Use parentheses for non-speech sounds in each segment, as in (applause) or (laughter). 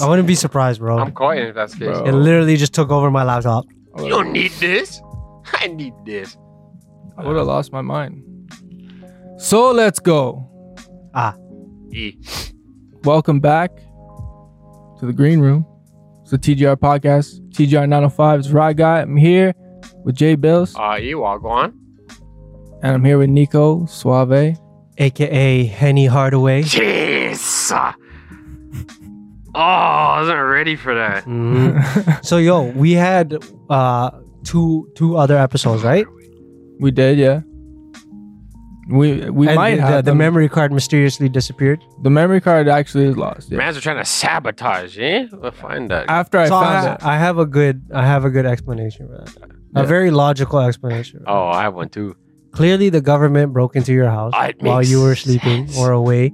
wouldn't be surprised, bro. I'm quiet if that's the case. It literally just took over my laptop. You don't need this. (laughs) I need this. I would have lost my mind. So let's go. Ah, E. Welcome back to the green room. It's the TGR podcast. TGR 905 It's Rod Guy. I'm here with Jay Bills Uh, E, Wagwan. and I'm here with (laughs) Nico Suave. aka Henny (laughs) Hardaway. (laughs) Jeez. Oh, I wasn't ready for that. Mhm. so yo, we had uh two two other episodes, right? we did, yeah. We we And might the, have the them. memory card mysteriously disappeared. the memory card actually is lost. Yeah. Mans are trying to sabotage, eh? We'll find that. After I so I, found ha- it, I have a good I have a good explanation for that. A Yeah. very logical explanation. oh, I have one too. Clearly, the government broke into your house Ah, it while makes you were sleeping sense. or away,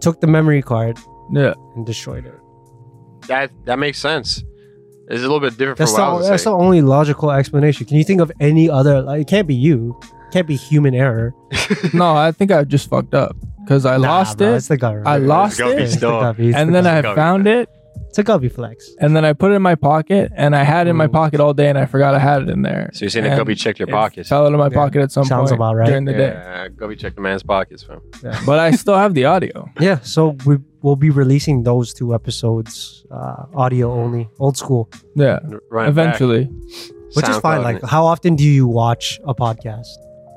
took the memory card yeah, and destroyed it. That that makes sense. It's a little bit different That's from the, what I was that's the saying. only logical explanation. Can you think of any other? Like, it can't be you. It can't be human error. no, I think I just fucked up because I Nah, lost bro, it. It's the government. I lost Guppies, it, It's the dog. guppies, and it's the then I Guppies. found it, guppies. it's a guppy flex. and then I put it in my pocket, and I had it in my Mm. pocket all day, and I forgot I had it in there. So you're saying a And gubby checked your it pockets? Fell out of my Yeah. pocket at some Sounds point about right. during the day, yeah, gubby checked the man's pockets, fam. but I still have the audio. Yeah, so we will be releasing those two episodes, uh, audio only, old school, Yeah, Run it back. eventually. which is fine. SoundCloud. Like, how often do you watch a podcast?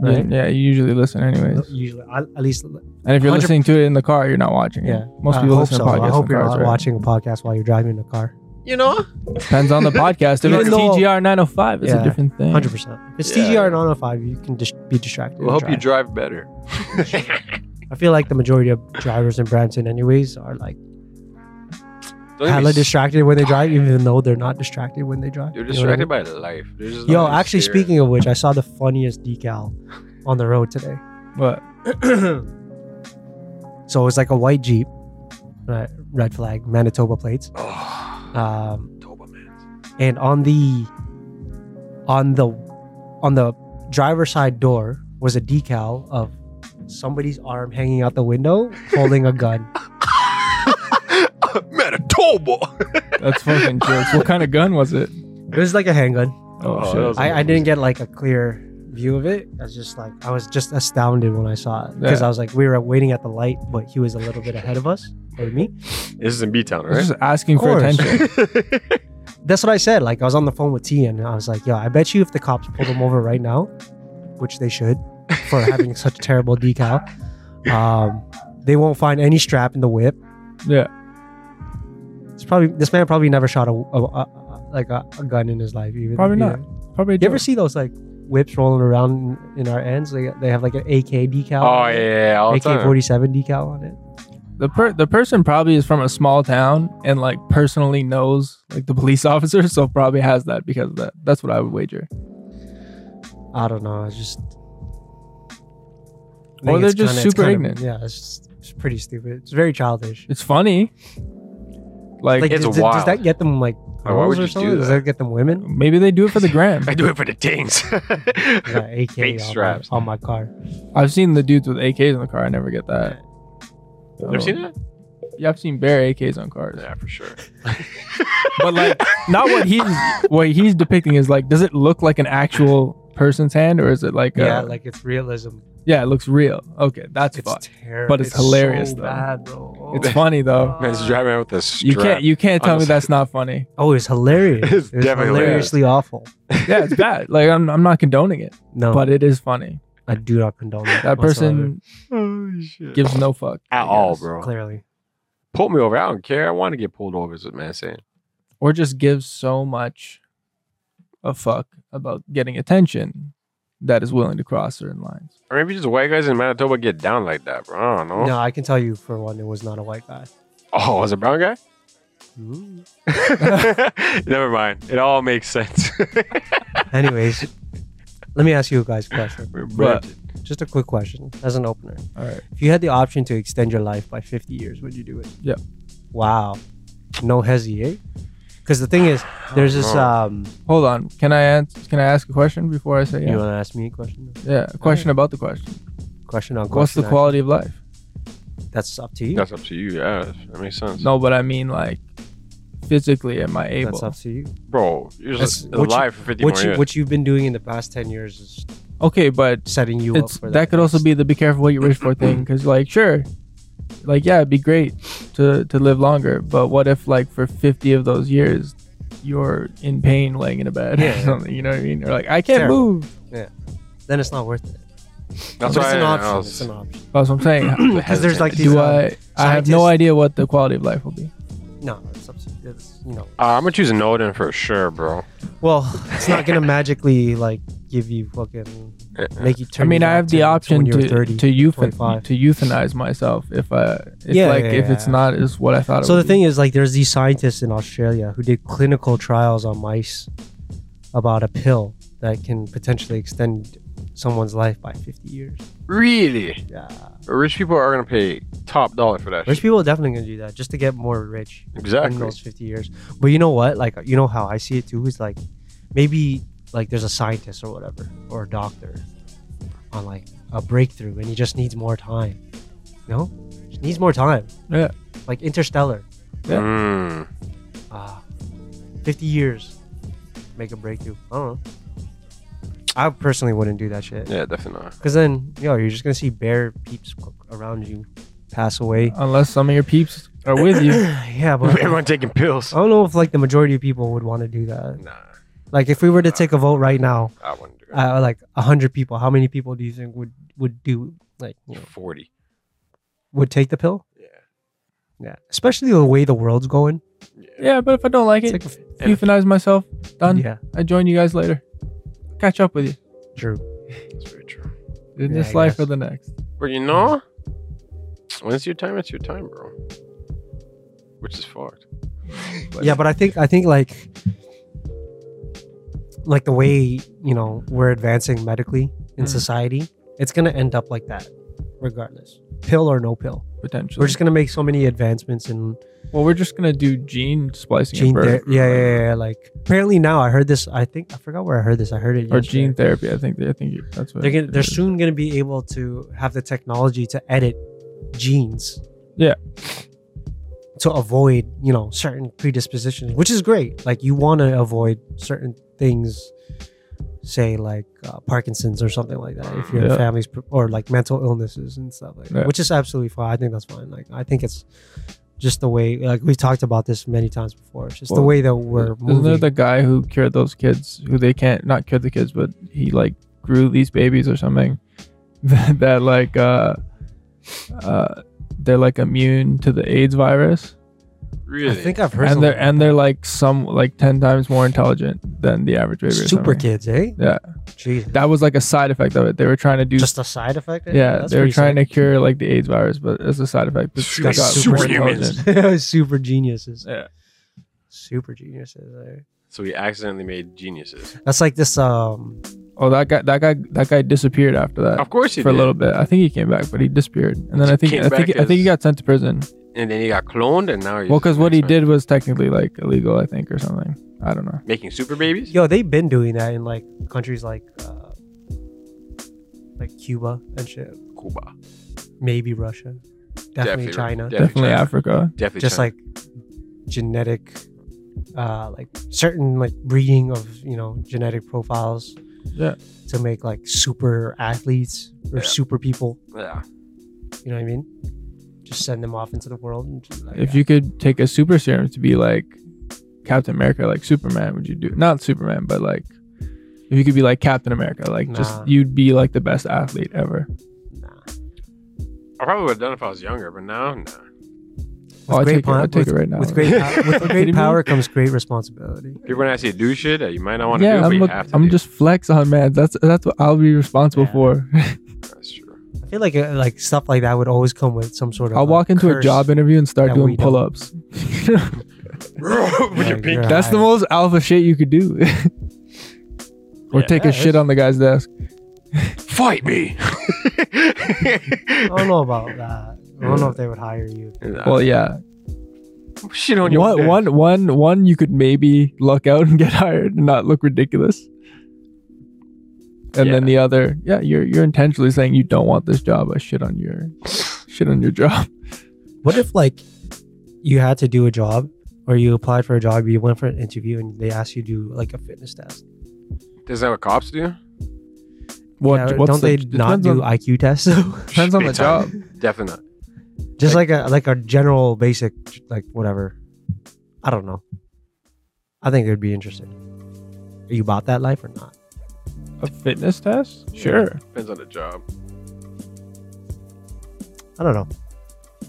Right. Yeah, you usually listen anyways. Usually, I, at least, And if you're 100 listening to it in the car, you're not watching. it. yeah. most I people hope listen so. to podcasts. I hope in you're cars, not right? watching a podcast while you're driving in the car. you know, Depends on the podcast. If Even it's though- TGR 905, it's Yeah. a different thing. Hundred percent. If it's Yeah. TGR 905, you can just be distracted. we'll and hope you drive better. I feel like the majority of drivers in Brampton, anyways, are like Don't even hella s- distracted when they drive, even though they're not distracted when they drive. You're You know what I distracted mean? by life. They're just Yo, not actually, serious. speaking of which, I saw the funniest decal on the road today. But So it was like a white Jeep, right? Red flag, Manitoba plates. Oh, Um, (laughs) Toba Mans. and on the on the on the driver's side door was a decal of somebody's arm hanging out the window holding a gun. Manitoba. that's fucking jokes. What kind of gun was it? It was like a handgun. Oh, Oh, that shit. was- I, I didn't get like a clear view of it. I was just like I was just astounded when I saw it because Yeah. I was like we were waiting at the light, but he was a little bit ahead of us or me. This is in B Town, I was right? just asking Of for course. attention. (laughs) That's what I said. Like I was on the phone with T, and I was like, "Yo, I bet you if the cops pulled him over right now, which they should, (laughs) for having such a terrible decal, um, they won't find any strap in the whip. Yeah. It's probably this man probably never shot a, a, a- a- like a, a gun in his life. Even Probably either. not. Probably. You ever see those like whips rolling around in, in our ends? They they have like an AK decal. oh on it, yeah, all the AK time. forty seven decal on it. the per- the person probably is from a small town and like personally knows like the police (laughs) officer, so probably has that because of that that's what I would wager. I don't know. It's just. I Or think they're it's just kinda- it's super kinda- ignorant. Yeah, it's just it's pretty stupid. It's very childish. It's funny. Like, Like, It's does, does wild. that get them like Why girls would you or do something? Does that? that get them women? maybe they do it for the gram. (laughs) I do it for the things. I got AK (laughs) Fake on, straps. My, on my car. I've seen the dudes with AKs in the car. I never get that. Never seen Oh. that? Yeah, I've seen bare AKs on cars. Yeah, for sure. But like not what he's (laughs) what he's depicting is like does it look like an actual person's hand or is it like Yeah, a, like it's realism. yeah, it looks real. Okay, that's It's fucked. terrible. it's hilarious, so though. Bad, bro. Oh, (laughs) It's funny though. (laughs) Man's just driving around with a strap. You can't you can't tell me Honestly. that's not funny. oh, it's hilarious. It's It's, definitely hilariously awful. Yeah, it's bad. Like I'm I'm not condoning it, No, but it is funny. I do not condone it That whatsoever, person Oh, shit. gives no fuck at I all, guess. bro. clearly. Pull me over. I don't care. I want to get pulled over. Is what man's saying. or just gives so much a fuck about getting attention that is willing to cross certain lines. Or maybe just white guys in Manitoba get down like that, bro. I don't know. No, I can tell you for one, it was not a white guy. Oh, was it brown (laughs) guy? (laughs) Never mind. It all makes sense. Anyways, let me ask you guys a question. We're But- broken. Just a quick question as an opener. All right, If you had the option to extend your life by 50 years, would you do it? Yep. Wow. No hesi, eh? Because the thing is, there's this. no. Um, hold on. Can I answer? Can I ask a question before I say You yeah? want to ask me a question? Yeah, a question about the question. Question on question. What's the actually. quality of life? That's up to you. That's up to you. Yeah, that makes sense. No, but I mean like physically am I able? That's up to you. Bro, you're That's- just what you- alive for 50 What more you years. what you've been doing in the past ten years is Okay, but setting you it's up for that, that. could also be the be careful what you wish for (clears throat) thing because like sure like yeah it'd be great to to live longer but what if like for 50 of those years you're in pain laying in a bed Yeah, or yeah. something you know what i mean or like i can't Terrible. move Then it's not worth it. That's but why it's an I- I option. was- It's an option. that's what i'm saying Because there's (clears throat) like these. do um, i i have scientists- no idea what the quality of life will be No, it's up to it's, you know. Uh, I'm gonna choose Noden for sure, bro. Well, it's not gonna magically like give you fucking Eh, make you i turn. mean you i back have to, the to option when you were to 30. to, euthan- 25. to euthanize myself if i if Yeah, like yeah, if it's yeah. not is what i thought it So the would be. thing is, like, there's these scientists in Australia who did clinical trials on mice about a pill that can potentially extend someone's life by 50 years. Really? Yeah, Rich people are gonna pay top dollar for that. rich Shit. people are definitely gonna do that just to get more rich in Exactly. those 50 years. But you know what? Like, you know how I see it too is like, maybe like there's a scientist or whatever or a doctor on like a breakthrough, and he just needs more time. You know, just needs more time. Yeah. like Interstellar. Yeah. Mm. uh, 50 years make a breakthrough i don't know i personally wouldn't do that shit Yeah, (laughs) definitely not. because then yo you're just gonna see bare peeps c- around you pass away unless some of your peeps are with (laughs) (clears throat) you yeah but i Everyone taking pills. don't know if like the majority of people would want to do that Nah, like if we were to take a vote right now I wouldn't do that. uh, like 100 people how many people do you think would would do like you know, Forty. would take the pill Yeah. yeah especially the way the world's going yeah but if i don't like it's it like a f- euthanize myself done yeah I join you guys later. Catch up with you true That's very true. in Yeah, this I life guess. or the next. But you know, when it's your time, it's your time, bro. Which is fucked. yeah but i think i think like like the way you know we're advancing medically in Mm. society it's gonna end up like that regardless pill or no pill potentially. we're just gonna make so many advancements in well, we're just gonna do gene splicing gene for- therapy yeah, yeah yeah yeah like apparently now i heard this i think i forgot where i heard this i heard it or yesterday. gene therapy. I think I think you- that's what they're gonna it they're is. soon gonna be able to have the technology to edit genes Yeah. to avoid you know certain predispositions which is great like you want to avoid certain things say like uh, parkinson's or something like that if your Yeah. family's pr- or like mental illnesses and stuff like Yeah. that which is absolutely fine i think that's fine like i think it's just the way like we've talked about this many times before it's just the Well, way that we're Isn't there moving the guy who cured those kids who they can't not cure the kids, but he like grew these babies or something (laughs) that, that like uh uh they're like immune to the AIDS virus i Really? think i've heard and they're something and they're like some like ten times more intelligent than the average baby. or super something. kids eh Yeah. jesus That was like a side effect of it. They were trying to do just a side effect eh? Yeah, That's they were pretty trying sick. to cure like the AIDS virus, but as a side effect, it's Super- got super super humans. intelligent. (laughs) super geniuses. Yeah. Super geniuses. eh? so we accidentally made geniuses. That's like this. Um, Oh, that guy, that guy, that guy disappeared after that Of course you for a Oh, did. little bit. I think he came back, but he disappeared, and then I think Came I think back I think he as- got sent to prison. and then you got cloned, and now you're Well, just because what he X-Men. did was technically like illegal, I think, or something. I don't know. making super babies. yo, they've been doing that in like countries like uh, like Cuba and shit. Cuba. Maybe Russia. Definitely, Definitely- China. Definitely Definitely China. Africa. Definitely. Just China. like genetic, uh, like certain like breeding of you know genetic profiles. Yeah. To make like super athletes or Yeah. super people. yeah. You know what I mean? Just send them off into the world. And just, like, If you could take a super serum to be like Captain America, like Superman, would you do? Not Superman, but like if you could be like Captain America, like just Nah. you'd be like the best athlete ever. nah. I probably would have done it if I was younger, but now, nah. Oh, I'll great take it. pow- I'll take with- it right now. With great, pow- (laughs) with Kidding me? great power comes great responsibility. People are gonna ask you to do shit that you might not want to yeah, do, but I'm, you look- have to. I'm do. just flex on man. That's that's what I'll be responsible Yeah. for. That's true. (laughs) I feel like uh, like stuff like that would always come with some sort of. I'll like, walk into a curse. job interview and start that doing we don't. pull-ups. (laughs) With your Like, pink. yeah. that's the I- most alpha shit you could do. (laughs) or Yeah, take a that shit is- on the guy's desk. Fight (laughs) me. (laughs) I don't know about that. I don't know if they would hire you. Well, yeah. shit on your One, one, one, one. You could maybe luck out and (laughs) get hired and not look ridiculous. And then Yeah. the other, yeah, you're you're intentionally saying you don't want this job. I shit on your, shit on your job. (laughs) What if like you had to do a job, or or you applied for a job, you went for an interview, and they asked you to do like a fitness test. Is that what cops do? What? Yeah, what's don't the, they not depends do on, IQ tests? (laughs) depends on the Big time. job. Definitely not. Just like a like a general basic like whatever. I don't know. I think it would be interesting. Are you about that life or not? A fitness test? Sure. Depends on the job. I don't know.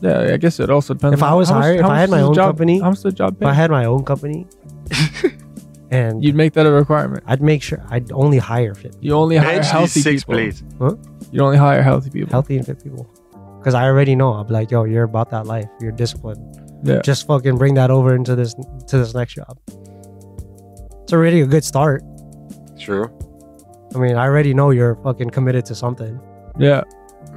Yeah, I guess it also depends. If on I was how much- hired- if how I much had my does the own job- company- how much does the job If I pay? had my own (laughs) company, and You'd make that a requirement. I'd make sure I'd only hire fit, You only hire Bench these healthy six people. plates. You only hire healthy people. healthy and fit people. Because I already know I'm like, yo, you're about that life. You're disciplined. Yeah. Just fucking bring that over into this to this next job. It's already a good start. True. I mean, I already know you're fucking committed to something. Yeah.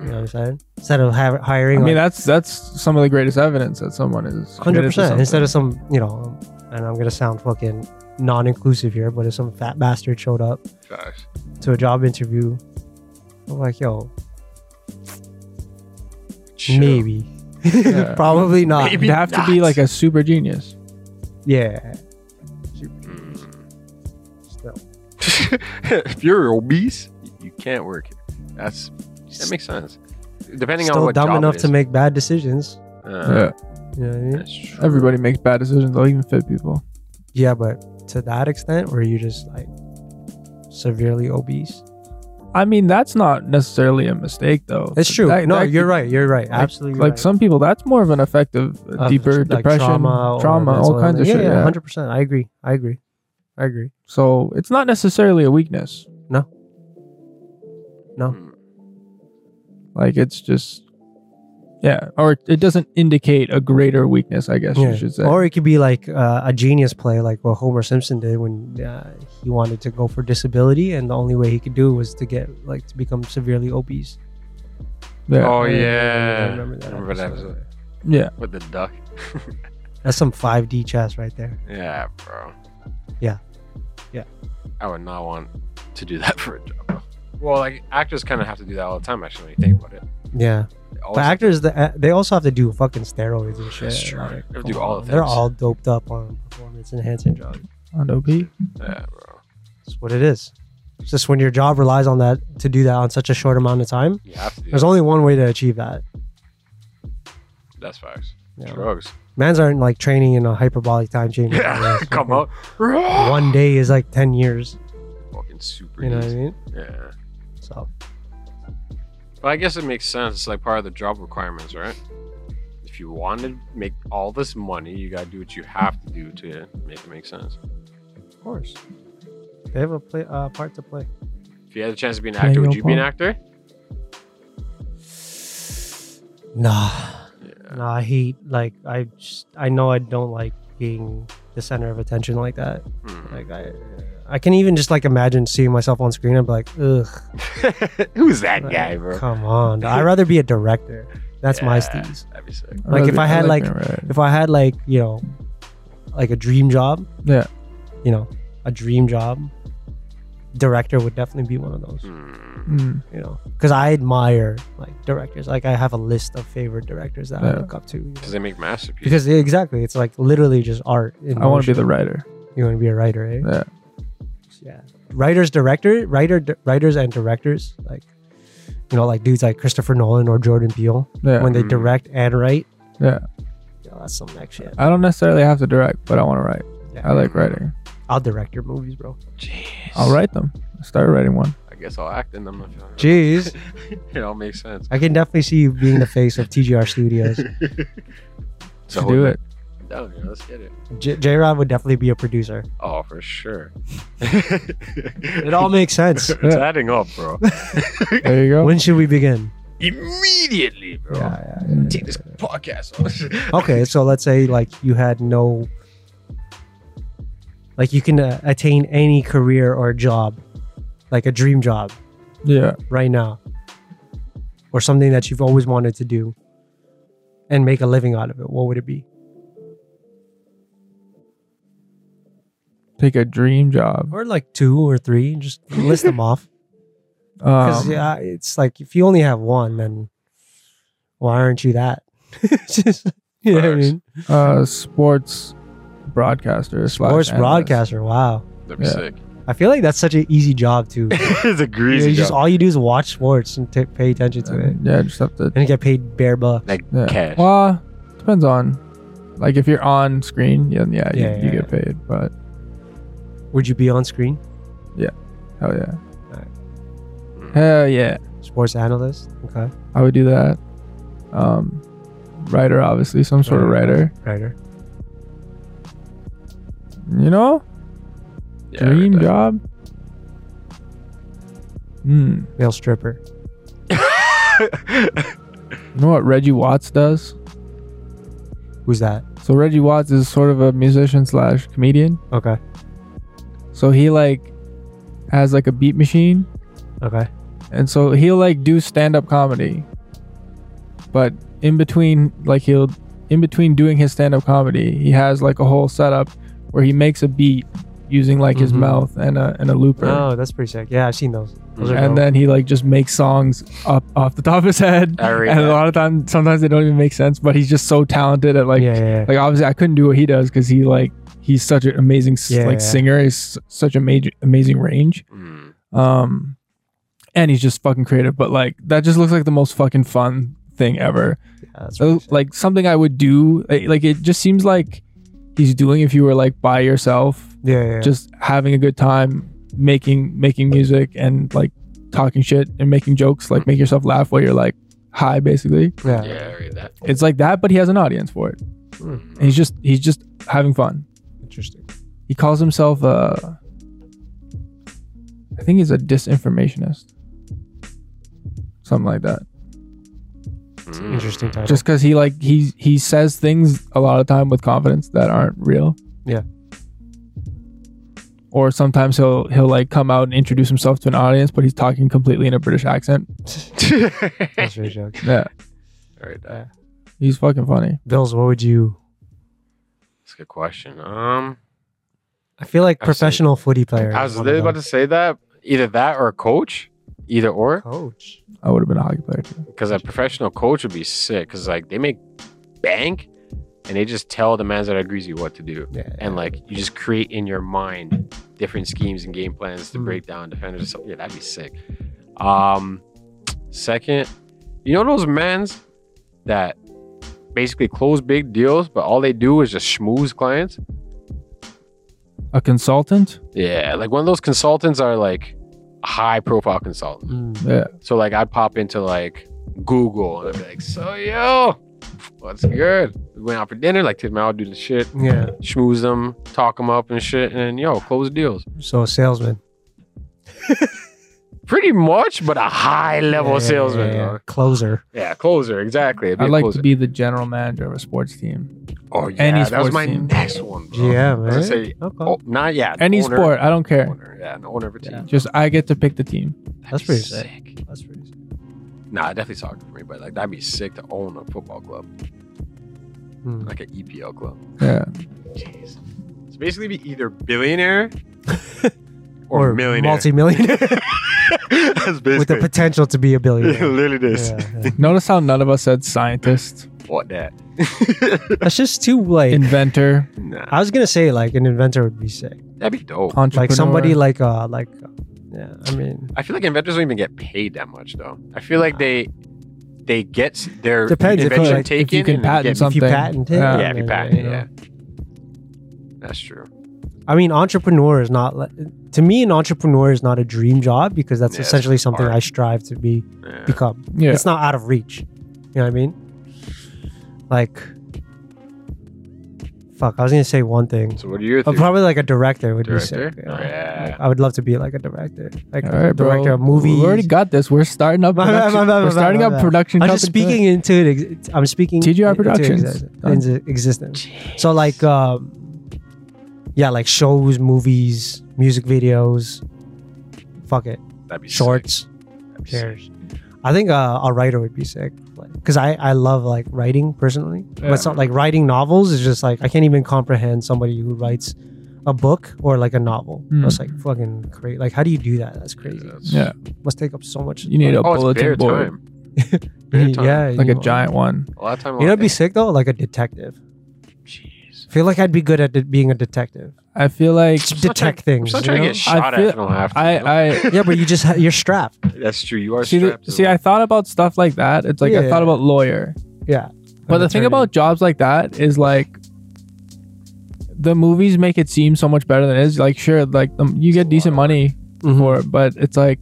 You know what I'm saying? Instead of ha- hiring, I mean, like, that's that's some of the greatest evidence that someone is hundred committed to percent. something. Instead of some, you know, and I'm gonna sound fucking non-inclusive here, but if some fat bastard showed up Facts. to a job interview, I'm like, yo, Chill. maybe, Yeah. (laughs) probably not. Maybe. You'd have to be not. like a super genius. Yeah, Mm. (laughs) still. if you're obese, you can't work. That's that makes sense. Depending on still what dumb job enough it to is. make bad decisions. Uh, You know what I mean? that's true. yeah. Everybody makes bad decisions. I'll even fit people. Yeah, but to that extent, where you just like severely obese. I mean, that's not necessarily a mistake, though. It's true. That- no, that you're could- right. You're right. Absolutely. Like right. some people, that's more of an effective, Of, deeper like, depression, trauma, trauma, or mental all kinds of illness. shit. Yeah, yeah. hundred percent. I agree. I agree. I agree. So it's not necessarily a weakness. No. No. Mm. Like it's just, yeah, or it doesn't indicate a greater weakness. I guess Yeah. you should say. Or it could be like uh, a genius play, like what Homer Simpson did when uh, he wanted to go for disability, and the only way he could do was to get like to become severely obese. yeah. Oh I remember- yeah. I remember that episode. yeah, with the duck. That's some five D chess right there. Yeah, bro. Yeah. Yeah. I would not want to do (laughs) that for a job. Bro. Well, like actors kind of have to do that all the time. Actually, when you think about it, Yeah, They but always- actors the- uh, they also have to do fucking steroids and shit. That's true. They have to come do all on, the They're things. all doped up on performance enhancing drugs. on OP. yeah, bro. That's what it is. It's just when your job relies on that to do that on such a short amount of time, You have to do. there's that. only one way to achieve that. That's facts. you know? Drugs. Mans aren't like training in a hyperbolic (laughs) time chamber. Yeah, It's come fucking- on. One One day is like 10 years. fucking super You know what I easy. mean? Yeah. So, Well, I guess it makes sense. It's like part of the job requirements, right? If you want to make all this money, you gotta do what you have to do to make it make sense. of course. They have a play, uh, part to play. If you had the chance to be an Play actor, would your you be an part. actor? Nah. Yeah. Nah, I hate, like, I just, I know I don't like being the center of attention like that. Hmm. Like, I, I can even just, like, imagine seeing myself on screen and be like, ugh. (laughs) Who's that like, guy, bro? Come on. (laughs) I'd rather be a director. That's my Yeah, steez. That'd be sick. Like, if rather- I had, being right. if I had like you know, like a dream job, Yeah. you know, a dream job, director would definitely be one of those, Hmm. Mm. you know, because I admire like directors. Like I have a list of favorite directors that I Yeah. look up to. you know. Because they make masterpieces. Because exactly, it's like literally just art. In I want to be motion. the writer. You want to be a writer, eh? Yeah. Yeah. Writers, director, writer, di- writers, and directors, like you know, like dudes like Christopher Nolan or Jordan Peele, Yeah, Mm. when they Mhm. direct and write. Yeah. Yo, that's some next shit. I don't necessarily have to direct, but I want to write. Yeah. I like writing. I'll direct your movies, bro. Jeez. I'll write them. I started writing one. I guess I'll act in them. Jeez. (laughs) it all (laughs) makes sense. I can definitely see you being the face of TGR Studios. To do it. Down here. Let's get it. J-, J Rod would definitely be a producer. Oh, for sure. It it (laughs) all makes sense. It's adding up, bro. There you go. When should we begin? Immediately, bro. Yeah, yeah, yeah. Take this podcast (laughs) off. Okay, so let's say like you had no, like you can uh, attain any career or job, like a dream job Yeah. right now, or something that you've always wanted to do, and make a living out of it. What would it be? Take a dream job. Or like two or three, just list (laughs) them off. Because Um, yeah, it's like if you only have one, then why aren't you that? (laughs) Just, you know what I Facts. mean? uh, sports broadcaster. slash Sports analyst. broadcaster. Wow. That'd be Yeah. sick. I feel like that's such an easy job (laughs) too. You know, (laughs) it's a you greasy just job. all you do is watch sports and t- pay attention to it, And, yeah, just have to. and you get paid bare bucks. like Yeah. cash. Well, uh, depends on. Like if you're on screen, yeah, yeah, you, Yeah, you yeah, get paid. But Would you be on screen? hell yeah, Alright. hell yeah, Sports analyst. Okay. I would do that. Um, writer, obviously, some sort of writer. Writer. You know, Yeah, dream right there. job. Hmm. Male stripper. You know what Reggie Watts does? Who's that? So Reggie Watts is sort of a musician slash comedian. Okay. So he like has like a beat machine, Okay. and so he'll like do stand up comedy. But in between, like he'll in between doing his stand up comedy, he has like a whole setup where he makes a beat using like his Mhm. mouth and a and a looper. Oh, that's pretty sick. Yeah, I've seen those. those are And dope. then he like just makes songs up off the top of his (laughs) head, I read and a that. lot of times sometimes they don't even make sense. But he's just so talented at like yeah, yeah, yeah. like obviously I couldn't do what he does because he like he's such an amazing s Yeah, like yeah. singer. He's s- such a major amazing range. Mm. Um, and he's just fucking creative. But like that just looks like the most fucking fun thing ever. Yeah, that's So, pretty sick. oh, like something I would do. eh, Like, like, it just seems like he's doing if you were like by yourself, yeah, yeah, yeah. just having a good time making making music and like talking shit and making jokes. Like make yourself laugh while you're like high basically. yeah. Yeah, I read that. It's like that, but he has an audience for it. Hmm. And he's just he's just having fun. Interesting. he calls himself a i think he's a disinformationist something like that Mm. Interesting title. just because he like he he says things a lot of time with confidence that aren't real Yeah. or sometimes he'll he'll like come out and introduce himself to an audience but he's talking completely in a british accent I (laughs) That's really sick. yeah read that. he's fucking funny Bills, what would you? That's a good question. Um, I feel like I've seen- professional footy player. I is was one of literally about to those. say that either that or a coach, either or. coach. i would have been a hockey player too Because a professional coach would be sick. Because like they make bank, and they just tell the mans that are greasy what to do, Yeah. and like you just create in your mind different schemes and game plans to Mm. break down defenders. Or something. Yeah, that'd be sick. Um, second, you know those mans that basically close big deals, but all they do is just schmooze clients. a consultant Yeah, like one of those consultants are like a high profile consultant. Mm. yeah So like I'd pop into like Google and I'd be like, so yo, what's good? We went out for dinner, like Tim out do the shit, Yeah. schmooze them, talk them up and shit, and yo, close deals. So a salesman. Pretty much, but a high level Yeah, yeah, salesman. Oh, yeah, yeah. dog. Closer. Yeah, closer, exactly. It'd be i'd a like closer. to be the general manager of a sports team oh any yeah, that was sports my team. next one, bro. Yeah, I was gonna man. say, Okay. oh, not yet. any owner- sport i don't care Owner, yeah, the owner of a team. Yeah. just i get to pick the team That'd That's be pretty sick. sick. That's pretty sick. Nah, definitely soccer for me, but like that'd be sick to own a football club, Mm. like an EPL club. yeah Jeez. So basically, be either billionaire or, Or millionaire. multi-millionaire (laughs) That's basically with the potential to be a (laughs) it billionaire. (laughs) literally this. yeah, yeah. Notice how none of us said scientist, What that? (laughs) That's just too like. inventor, nah, I was gonna say like an inventor would be sick. that'd be dope. entrepreneur. Like somebody like uh like uh, yeah. I mean, I feel like inventors don't even get paid that much though. I feel like they they get s- their Depends if you, invention like, taken if you can and they patent get, something, patent it, Yeah, yeah. if you Yeah, patent, you know. yeah. That's true. I mean, entrepreneur is not like to me. An entrepreneur is not a dream job because that's Yeah, it's essentially something art. I strive to be Yeah. become. Yeah. It's not out of reach. You know what I mean? Like, fuck. I was gonna say one thing. So what are your But theories? probably like (laughs) a director would Director? be sick. Yeah. Like, I would love to be like a director, like All a right, bro. director of movies. We already got this. We're starting (laughs) up. My bad, Production. my bad, my We're bad, starting my up bad. production. I'm just company. speaking into it. Ex- I'm speaking TGR into Productions. exi- Done. into existence. So like, um, yeah, like shows, movies, music videos. Fuck it, That'd be sick. shorts. That'd be sick. Cares. I think uh, a writer would be sick, because I I love like writing personally. Yeah. But so, like writing novels is just like I can't even comprehend somebody who writes a book or like a novel. Mm. That's like fucking crazy. Like how do you do that? That's crazy. that's- Yeah, Must take up so much. you need a Oh, it's bare bulletin board, time. bare time. yeah, like you a know. giant one. A lot of time. a You know, lot it'd of be sick though, like a detective. Jeez. feel like I'd be good at de- being a detective. I feel like Just not trying- detect things. I'm not you trying to know? get shot I at feel- if I don't have to. you know? I I yeah, but you just ha- you're strapped. (laughs) That's true. You are see. the- strapped. to See, the- I thought about stuff like that. It's like I Yeah. thought about lawyer. Yeah. But An the thing attorney. about jobs like that is like the movies make it seem so much better than it is. Like sure, like um, you get decent money Mhm. for it, but it's like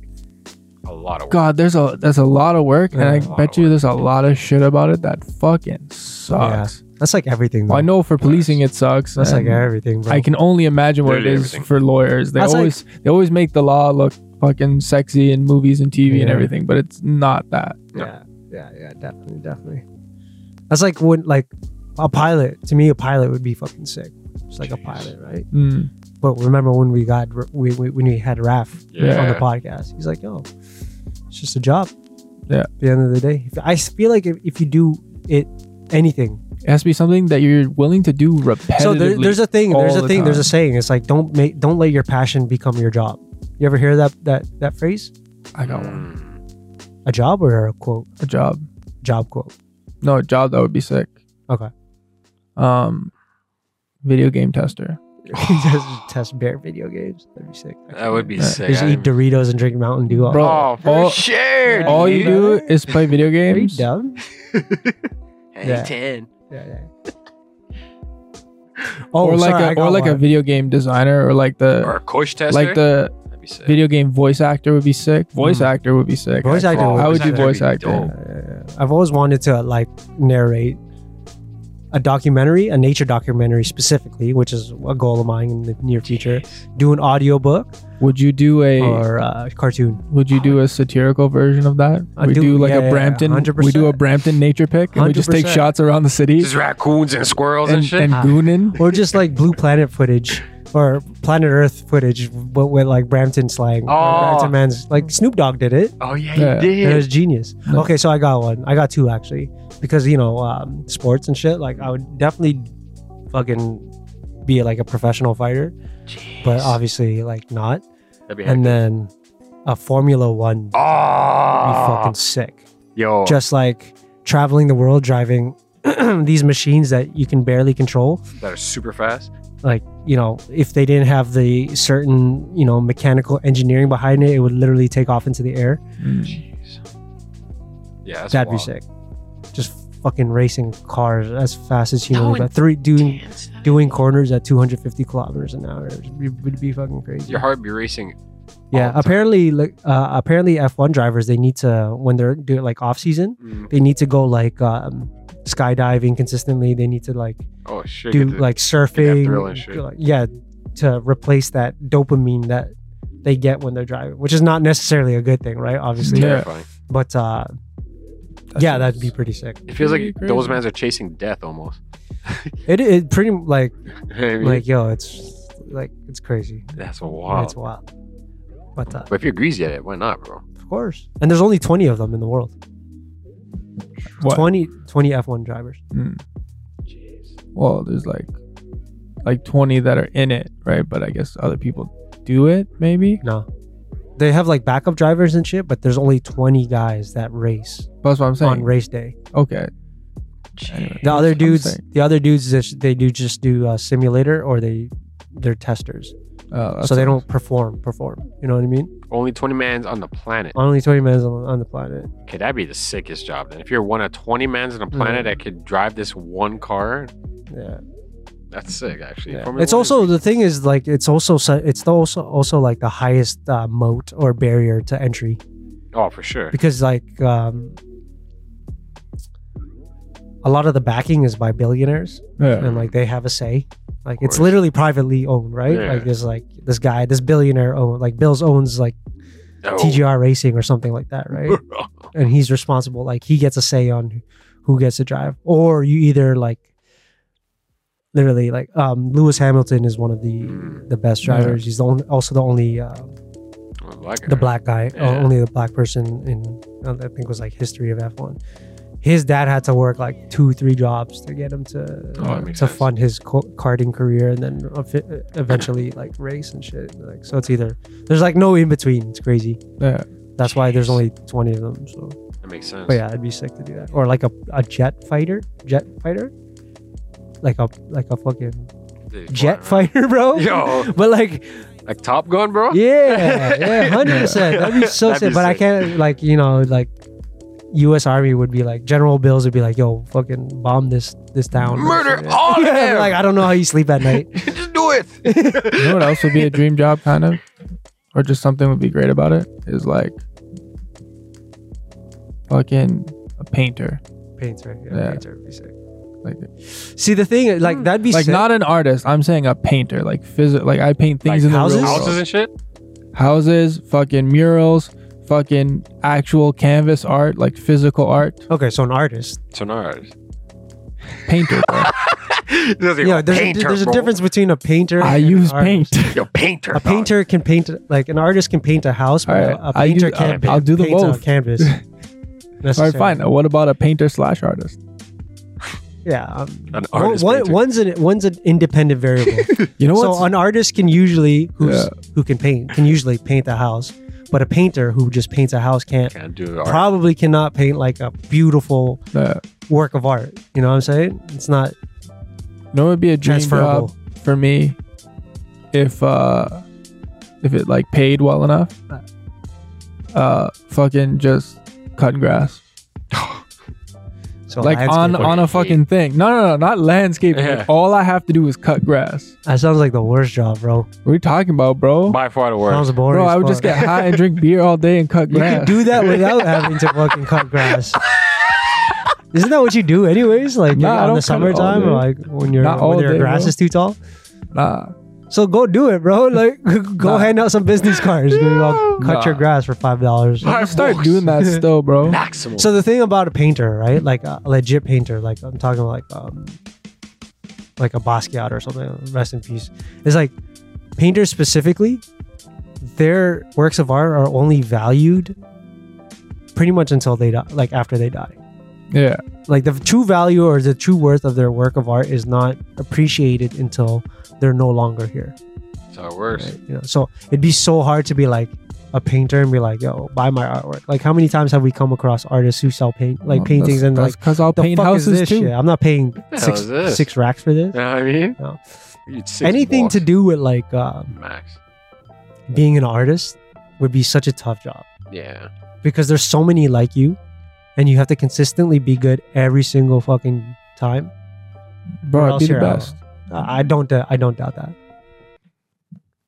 a lot of work. God, there's a there's a lot of work, Yeah, a and I lot bet of you work. there's a lot of shit about it that fucking sucks. that's like everything. Well, I though. know for policing it sucks. that's like and everything. Bro. I can only imagine what Literally it is everything. for lawyers. They That's like- always they always make the law look fucking sexy in movies and TV and Yeah. everything, but it's not that. Yeah, yeah, yeah, definitely, definitely. That's like when like a pilot. To me, a pilot would be fucking sick. Just like a pilot, right? Mm. But remember when we got we, we when we had Raf on the Yeah. podcast? He's like, yo, it's just a job. Yeah. At the end of the day, If- I feel like if, if you do it anything. It has to be something that you're willing to do repetitively. So there, there's a thing. There's all a the thing. There's a time. saying. It's like don't make don't let your passion become your job. You ever hear that that that phrase? I got one. Mm. A job or a quote? A job. Job quote. (laughs) No, a job that would be sick. Okay. Um video game tester. just test bear video games. That'd be sick. That would be Yeah. sick. Just I eat Doritos and drink Mountain Dew. all- Bro, Oh, for all- sure. Yeah, All you you do know. is play video are you games. dumb? Hey, Yeah. ten. Yeah, yeah. (laughs) Oh, or like sorry, I a, or got like a one. video game designer or like the Or a coach tester. Uh, like the That'd be sick. video game voice actor would be sick. Voice Mm. actor would be sick. Voice actually. actor would I be would do sick. voice That'd be actor. dope. I've always wanted to like narrate a documentary, a nature documentary specifically, which is a goal of mine in the near future. Jeez. Do an audiobook Would you do a or a cartoon. Would you do a satirical version of that? I we do- do, like yeah, a yeah, Brampton. we do a 100%. Brampton nature pick, and we just take 100%. shots around the city Just raccoons and squirrels and, and, shit. and Ah. goonin. Or just like Blue Planet footage or Planet Earth footage, but with like Brampton slang. or Oh. Brampton man's like Snoop Dogg did it. oh yeah, Yeah. you It did. was genius. No. Okay, so I got one. I got two actually because you know um, sports and shit. Like I would definitely fucking be like a professional fighter, but Jeez. obviously like not. That'd be And hectic. then a Formula One would be oh, fucking sick. yo, Just like traveling the world, driving (clears throat) these machines that you can barely control. that are super fast. Like you know, if they didn't have the certain you know mechanical engineering behind it, it would literally take off into the air. Jeez. Yeah, that's That'd wild. be sick. Just fucking racing cars as fast as No humanly. one but three doing Dance. doing corners at 250 kilometers an hour It would be fucking crazy. Your heart be racing. yeah, all the time. apparently, like uh, apparently F1 drivers they need to when they're doing like off season, Mm. they need to go like um, skydiving consistently. They need to like Oh shit. do get the- like thrill and surfing. shit. do, like- yeah, to replace that dopamine that they get when they're driving, which is not necessarily a good thing, right? Obviously, Yeah. terrifying. but uh, Hmm. yeah, that'd be pretty sick. It feels Pretty like those crazy. mans are chasing death almost. (laughs) It it pretty like. like like yo it's like it's crazy that's wild. it's wild but uh, But if you're greasy at it, why not, bro? of course and there's only 20 of them in the world What? Twenty, 20 f1 drivers Jeez. Well, there's like like 20 that are in it, right? But I guess other people do it, maybe. no they have like backup drivers and shit but there's only 20 guys that race That's what I'm on saying. race day okay. Anyway, the other I'm dudes saying- the other dudes just- they do just do uh, simulator or they they're testers Oh, that's so they what- don't perform perform you know what i mean Only 20 mans on the planet. only 20 minutes on, on the planet Okay, that'd be the sickest job then. If you're one of 20 mans on the Mm. planet that could drive this one car, yeah that's sick, actually. Yeah. Formula It's One also is- the thing is like it's also so- it's also also like the highest uh, moat or barrier to entry Oh, for sure. because like um, a lot of the backing is by billionaires Yeah. and like they have a say. Like it's course. literally privately owned, right? Yeah. Like there's like this guy, this billionaire own like Bill's owns like No. TGR Racing or something like that, right? and he's responsible. Like he gets a say on who gets to drive, or you either like literally like um Lewis Hamilton is one of the (laughs) Mm. the best drivers. He's the only, also the only uh, Oh, black the guy. black guy, or Yeah. only the black person in uh, I think it was like history of F one. His dad had to work like two, three jobs to get him to Oh, that makes to sense. fund his co- karting career, and then ev- eventually like race and shit. Like so, it's either there's like no in between. It's crazy. Yeah. That's why there's Jeez. only twenty of them. So. Oh, That makes sense. But yeah, it'd be sick to do that. Or like a, a jet fighter, jet fighter. like a like a fucking Dude, jet (laughs) fly around. fighter, bro. Yo, But like, like Top Gun, (laughs) bro. yeah, yeah, hundred percent. That'd be so That'd sick. be But I sick. can't like you know like U.S. Army would be like General Bills would be like, yo, fucking bomb this this town. Murder all of (laughs) Yeah, them. like I don't know how you sleep at (laughs) night. Just (laughs) do it. You know what (laughs) else would be a dream job, kind of, or just something would be great about it is like fucking a painter, Painter, yeah, Yeah. painter would be sick. like See the thing, Hmm. like that'd be like sick. not an artist. I'm saying a painter, like physical. Like I paint Like things in the houses? real world. Houses and shit. houses, fucking murals, fucking actual canvas art, like physical art, okay, so an artist. So no. it's- painter. (laughs) Bro. (laughs) there's a Yeah, there's painter, a, there's a bro. difference between a painter. I and an use artist. paint. Yo, painter. A dog. painter can paint like an artist can paint a house, but Alright, a a I painter use- can't. I'll- paint- I'll do the paint on both. (laughs) canvas. All right, Necessarily. fine. What about a painter slash artist? Yeah, um, An one, artist. one- painter. one's an one's an independent variable. You know so what? an artist can usually who's Yeah. who can paint can usually paint a house, but a painter who just paints a house can't Can't do it. probably cannot paint like a beautiful Uh, work of art. You know what I'm saying? It's not you know what would be a dream transferable. job for me if uh if it like paid well enough. Uh, fucking just cutting grass, So like on landscape. on a fucking thing. No, no, no, not landscaping. Yeah. All I have to do is cut grass. that sounds like the worst job, bro. What are you talking about, bro? By far the worst. Sounds boring. Bro, as I would fuck. just get high and (laughs) drink beer all day and cut You grass. could do (laughs) that without having to fucking cut grass. Isn't that what you do anyways? Like Nah, I in don't the cut it all summertime, day. or like when your Not when all your day, grass bro. is too tall. Nah. So go do it, bro. (laughs) Like go Nah. hand out some business cards. dude. I'll cut your (laughs) Nah. grass for five dollars. Five Start bucks. doing that (laughs) still, bro. Maximum. So the thing about a painter, right? Like a legit painter, like I'm talking like um like a Basquiat or something. Rest in peace. It's like painters specifically, their works of art are only valued pretty much until they die, like after they die. Yeah. Like the true value or the true worth of their work of art is not appreciated until they're no longer here. That's how it works. right? You know, so it'd be so hard to be like a painter and be like, "Yo, buy my artwork." Like, how many times have we come across artists who sell paint, like Well, paintings, that's- and like Oh, that's cause I'll the paint fuck is houses this too. shit? I'm not paying the hell six is this? six racks for this. You know what I mean? No. You'd six Anything balls. to do with like uh, Max. being an artist would be such a tough job Yeah. because there's so many like you, and you have to consistently be good every single fucking time. What Bro, I'd else be the you're out? best. I I don't. doubt- I don't doubt that.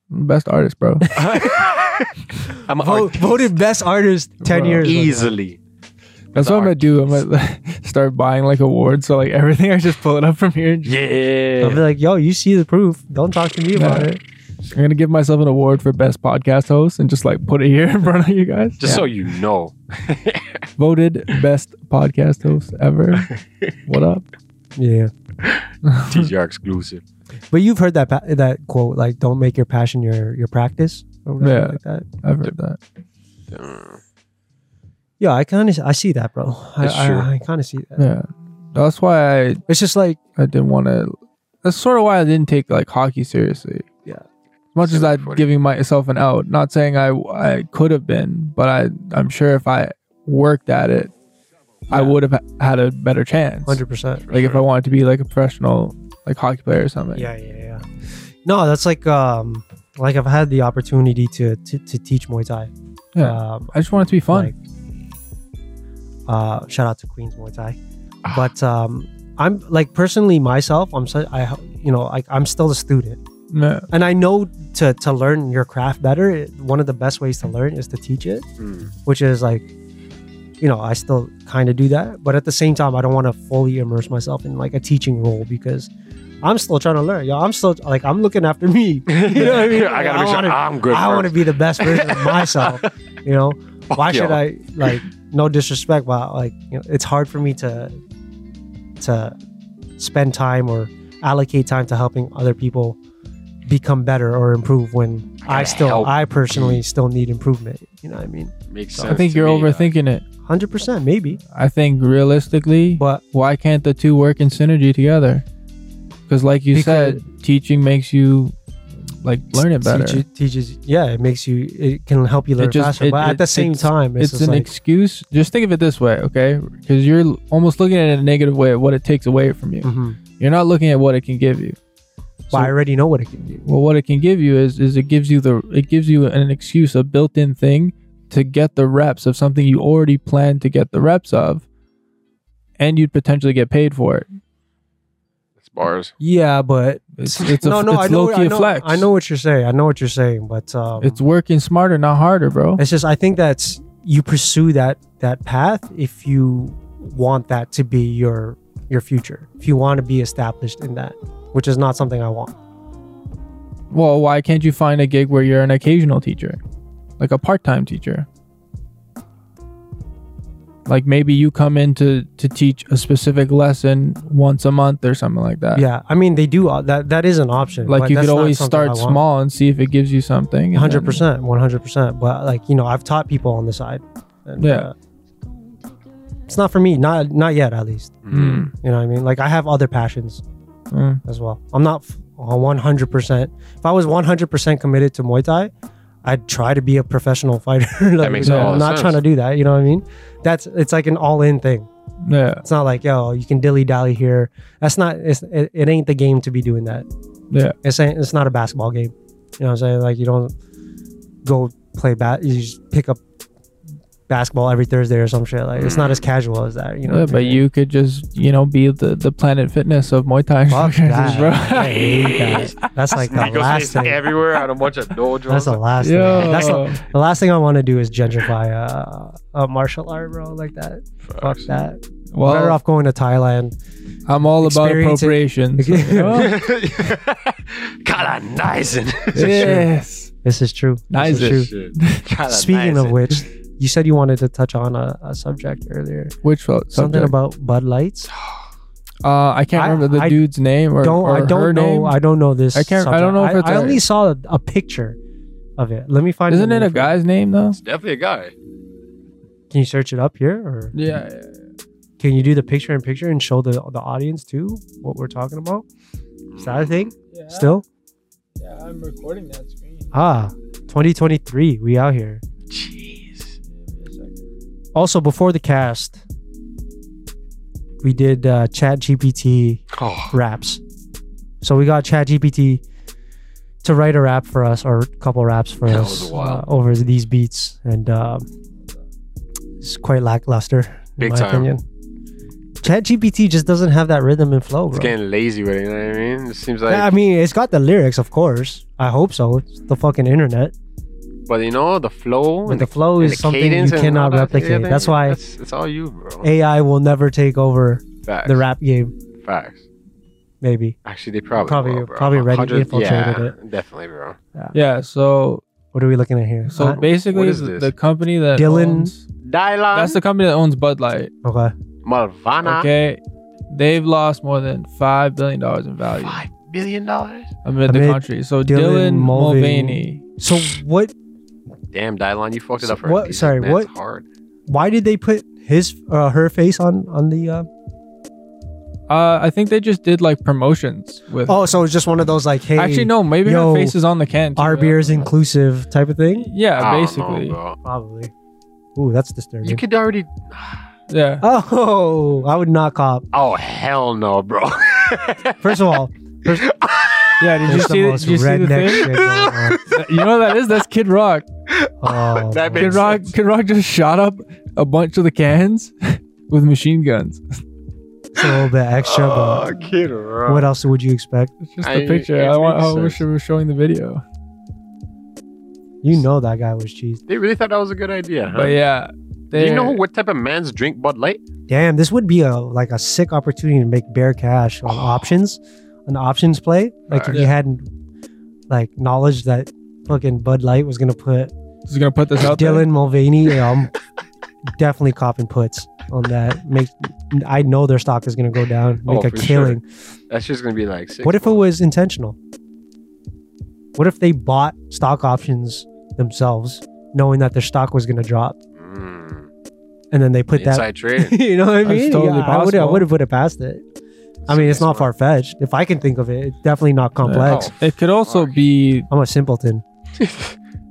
Best (laughs) artist, bro. (laughs) I'm an Vote, artist. voted best artist ten Bro. years. ago. easily. That's what I'm gonna do. I'm gonna (laughs) start buying like awards. So like everything I just pull it up from here. and just- I'll be Yeah. like, yo, you see the proof. Don't talk to me about Yeah. it. I'm gonna give myself an award for best podcast host and just like put it here (laughs) in front of you guys. Just Yeah. so you know. voted best podcast host ever. (laughs) what up? Yeah. These (laughs) are exclusive. But you've heard that pa- that quote, like "Don't make your passion your your practice," or whatever Yeah. like that. I've heard that. Mm. Yeah, I kind of I see that, bro. I It's I, true. I kind of see that. Yeah. That's why I It's just like I didn't want to. That's sort of why I didn't take like hockey seriously. Yeah. As much as I'm 740. giving myself an out, not saying I I could have been, but I I'm sure if I worked at it, Yeah. I would have had a better chance. hundred percent. Like if I wanted to be like a professional like hockey player or something. Yeah, yeah, yeah. No, that's like um like I've had the opportunity to to, to teach Muay Thai. Yeah. Um, I just want it to be fun. Like, uh, shout out to Queens Muay Thai. But um, I'm like personally myself, I'm so I you know like I'm still a student. no. and I know to to learn your craft better, it, one of the best ways to learn is to teach it, Mm. (laughs) which is like, you know, I still kind of do that, but at the same time, I don't want to fully immerse myself in like a teaching role because I'm still trying to learn. Yo, I'm still like I'm looking after (laughs) me. You know what I mean? (laughs) I I gotta make sure wanna- I'm good. I want to be the best version (laughs) of myself. You know, why should I like? No disrespect, but like, you know, it's hard for me to to spend time or allocate time to helping other people become better or improve when I I, still, help. I personally still need improvement. You know what I mean? Makes I sense. I think to you're uh, me, dog. overthinking it. Hundred percent, maybe. I think realistically, But why can't the two work in synergy together? Because like you Because- said, teaching makes you like learn it better. teach- teaches, yeah, it makes you. It can help you learn just- faster. it- but at it- the same it's- time, it's, it's, just an like, excuse. Just think of it this way, okay? Because you're l- almost looking at it in a negative way of what it takes away from you. mhm. You're not looking at what it can give you. but So- I already know what it can do. well, what it can give you is is it gives you the it gives you an excuse, a built-in thing to get the reps of something you already planned to get the reps of, and you'd potentially get paid for it. It's bars. Yeah, but (laughs) It's it's a, no, no, it's I know, low-key I a know, flex. I know what you're saying. I know what you're saying, but um, It's working smarter, not harder, bro. It's just I think that's you pursue that that path if you want that to be your your future. If you want to be established in that, which is not something I want. Well, why can't you find a gig where you're an occasional teacher, like a part-time teacher? Like maybe you come in to to teach a specific lesson once a month or something like that. yeah, I mean they do uh, that. That is an option. like but you that's could not always something I start want. small and see if it gives you something and hundred then- percent, one hundred percent. But like you know, I've taught people on the side. And, uh, Yeah. it's not for me. Not not yet, at least. Mm, You know what I mean? Like I have other passions mm. as well. I'm not uh, one hundred percent. If I was one hundred percent committed to Muay Thai, I'd try to be a professional (laughs) fighter. like, makes you know, all I'm the not sense. trying to do that. You know what I mean? That's it's like an all-in thing. yeah It's not like yo, you can dilly dally here. That's not. It's, it, it ain't the game to be doing that. yeah It's ain't, it's not a basketball game. You know what I'm saying? Like you don't go play bat. You just pick up basketball every Thursday or some shit. Like it's not as casual as that. You know? yeah, what I but mean? you could just you know be the the planet fitness of muay thai Fuck that. instructors, (laughs) bro. I hate that. That's (laughs) like the Sneakers last thing. everywhere at a bunch (laughs) of dojos. That's the last (laughs) Yo. thing. That's the, the last thing I want to do is gentrify uh, a martial art, bro. Like that. Fuck (laughs) that. Better well off going to Thailand. i'm all about experience it. (laughs) appropriations Okay. (laughs) Colonizing. yes This is true. This Nice is it. true. Speaking eh? of which, you said you wanted to touch on a, a subject earlier. which fo- Something subject? about Bud Lights. uh i can't I- remember the I dude's name or, don't or I her don't know name I don't know this. I can't- I don't know if subject. it's I, a- only saw a, a picture of it. Let me find. isn't the it name a for- guy's name though it's definitely a guy. Can you search it up here, or yeah can you do the picture in picture and show the the audience too what we're talking about? Is that a thing? yeah, Still? yeah i'm recording that screen Ah, 2023. We out here. Jeez. Also, before the cast, we did uh, Chat GPT Oh, raps. So we got Chat GPT to write a rap for us or a couple raps for That us was wild. uh, over these beats, and um, it's quite lackluster in Big my time. opinion. Chat GPT just doesn't have that rhythm and flow, it's bro. getting lazy with it. You know what I mean? It seems like. Yeah, I mean, it's got the lyrics, of course. I hope so. It's the fucking internet. but you know, the flow But and the the, flow and is the something you cadence and all cannot that, yeah, replicate. they- That's why that's- It's all you, bro. AI will never take over Facts. the rap game. Facts. Maybe. Actually, they probably Probably- will, bro. probably already 100 infiltrated yeah, it. Definitely, bro. yeah so What are we looking at here? so Uh, basically what is the, this? the company that Dylan- owns- Dylan. That's the company that owns Bud Light. okay. Malvana. Okay. They've lost more than five billion dollars in value Five billion dollars. amid the Amid country. So Dylan Dylan, Mulvaney. Mulvaney. So what? Damn, Dylan, you fucked it So up for what- us. This sorry, man's what- Hard. Why did they put his uh, her face on on the? Uh, Uh, I think they just did like promotions with. oh, so it's just one of those like, hey, actually no. uh, Maybe yo, her face is on the can. too. our beer is inclusive type of thing. I Yeah, don't know, Uh, basically. bro. Probably. Ooh, that's disturbing. You could already. (laughs) yeah. oh, I would not cop. Oh hell no, bro. First of (laughs) all, (laughs) Yeah. Did you it's the see? The, most did you see the redneck thing? shit going (laughs) on. you know what that is? That's Kid Rock. Oh, That boy. makes- Kid Rock. Kid Rock just shot up a bunch of the cans (laughs) with machine guns. it's a little bit extra, oh, but kid, bro. what else would you expect? It's just I- a picture. it I, want, makes I wish sense. we were showing the video. You know that guy was cheese. They really thought that was a good idea, huh? But yeah. Do you know they're- what type of man's drink Bud Light? Damn, this would be a like a sick opportunity to make bare cash (sighs) on Oh. options, an options play. Like if Right. you had like knowledge that fucking Bud Light was gonna put Just gonna put this out there. Dylan Mulvaney, yeah, I'm (laughs) definitely copping puts on that. Make I know their stock is gonna go down, Oh, make a for sure. killing. That's just gonna be like. Six What if it bucks. was intentional? What if they bought stock options themselves, knowing that their stock was gonna drop, Mm, and then they put that inside trade? (laughs) you know what I That's mean? totally I would I possible. would have put it past it. I mean, it's not Smart. far fetched. If I can think of it, it's definitely not complex. Oh. It could also Fuck. be I'm a simpleton.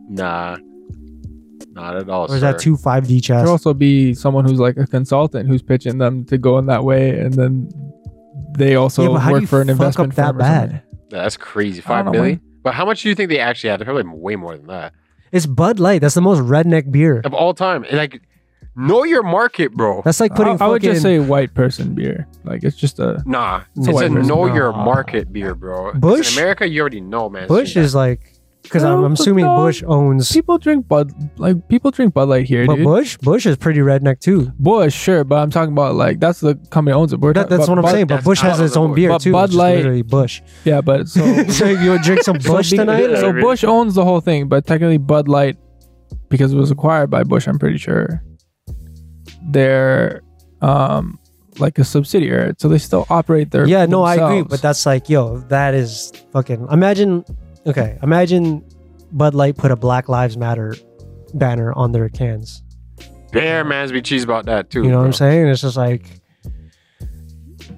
Nah, not at all. Or is Oh, sir. that two five D could chess? also be someone who's like a consultant who's pitching them to go in that way, and then they also yeah, but how do work you for an fuck up investment that firm or something. bad? That's crazy. I Five don't know, billion. man. But how much do you think they actually had? Probably way more than that It's Bud Light. That's the most redneck beer. of all time. And, like, know your market, bro. That's like putting. I, I would just fucking say white person beer. Like it's just a Nah, It's it's, a a white person. know No. your market beer, bro. It's Bush? in America, you already know, man. Bush is like because I'm, No, I'm but assuming no. Bush owns. people drink Bud like people drink Bud Light here, But dude. Bush, Bush is pretty redneck too. Bush, sure, but I'm talking about like that's the company owns it. We're That, talking that's what about I'm Bud- saying. But that's Bush out has of its the own way. beer But too. Bud Bud Light- Light, literally Bush. Yeah, (laughs) but (laughs) so so you would drink some Bush so, be- tonight? so Yeah. Bush owns the whole thing, but technically Bud Light, because it was acquired by Bush, I'm pretty sure. They're um like a subsidiary, so they still operate their yeah, no, I agree. themselves. But that's like, yo, that is fucking. Imagine, okay, imagine Bud Light put a Black Lives Matter banner on their cans. Bear man's be cheese about that too. You know what bro. I'm saying? It's just like,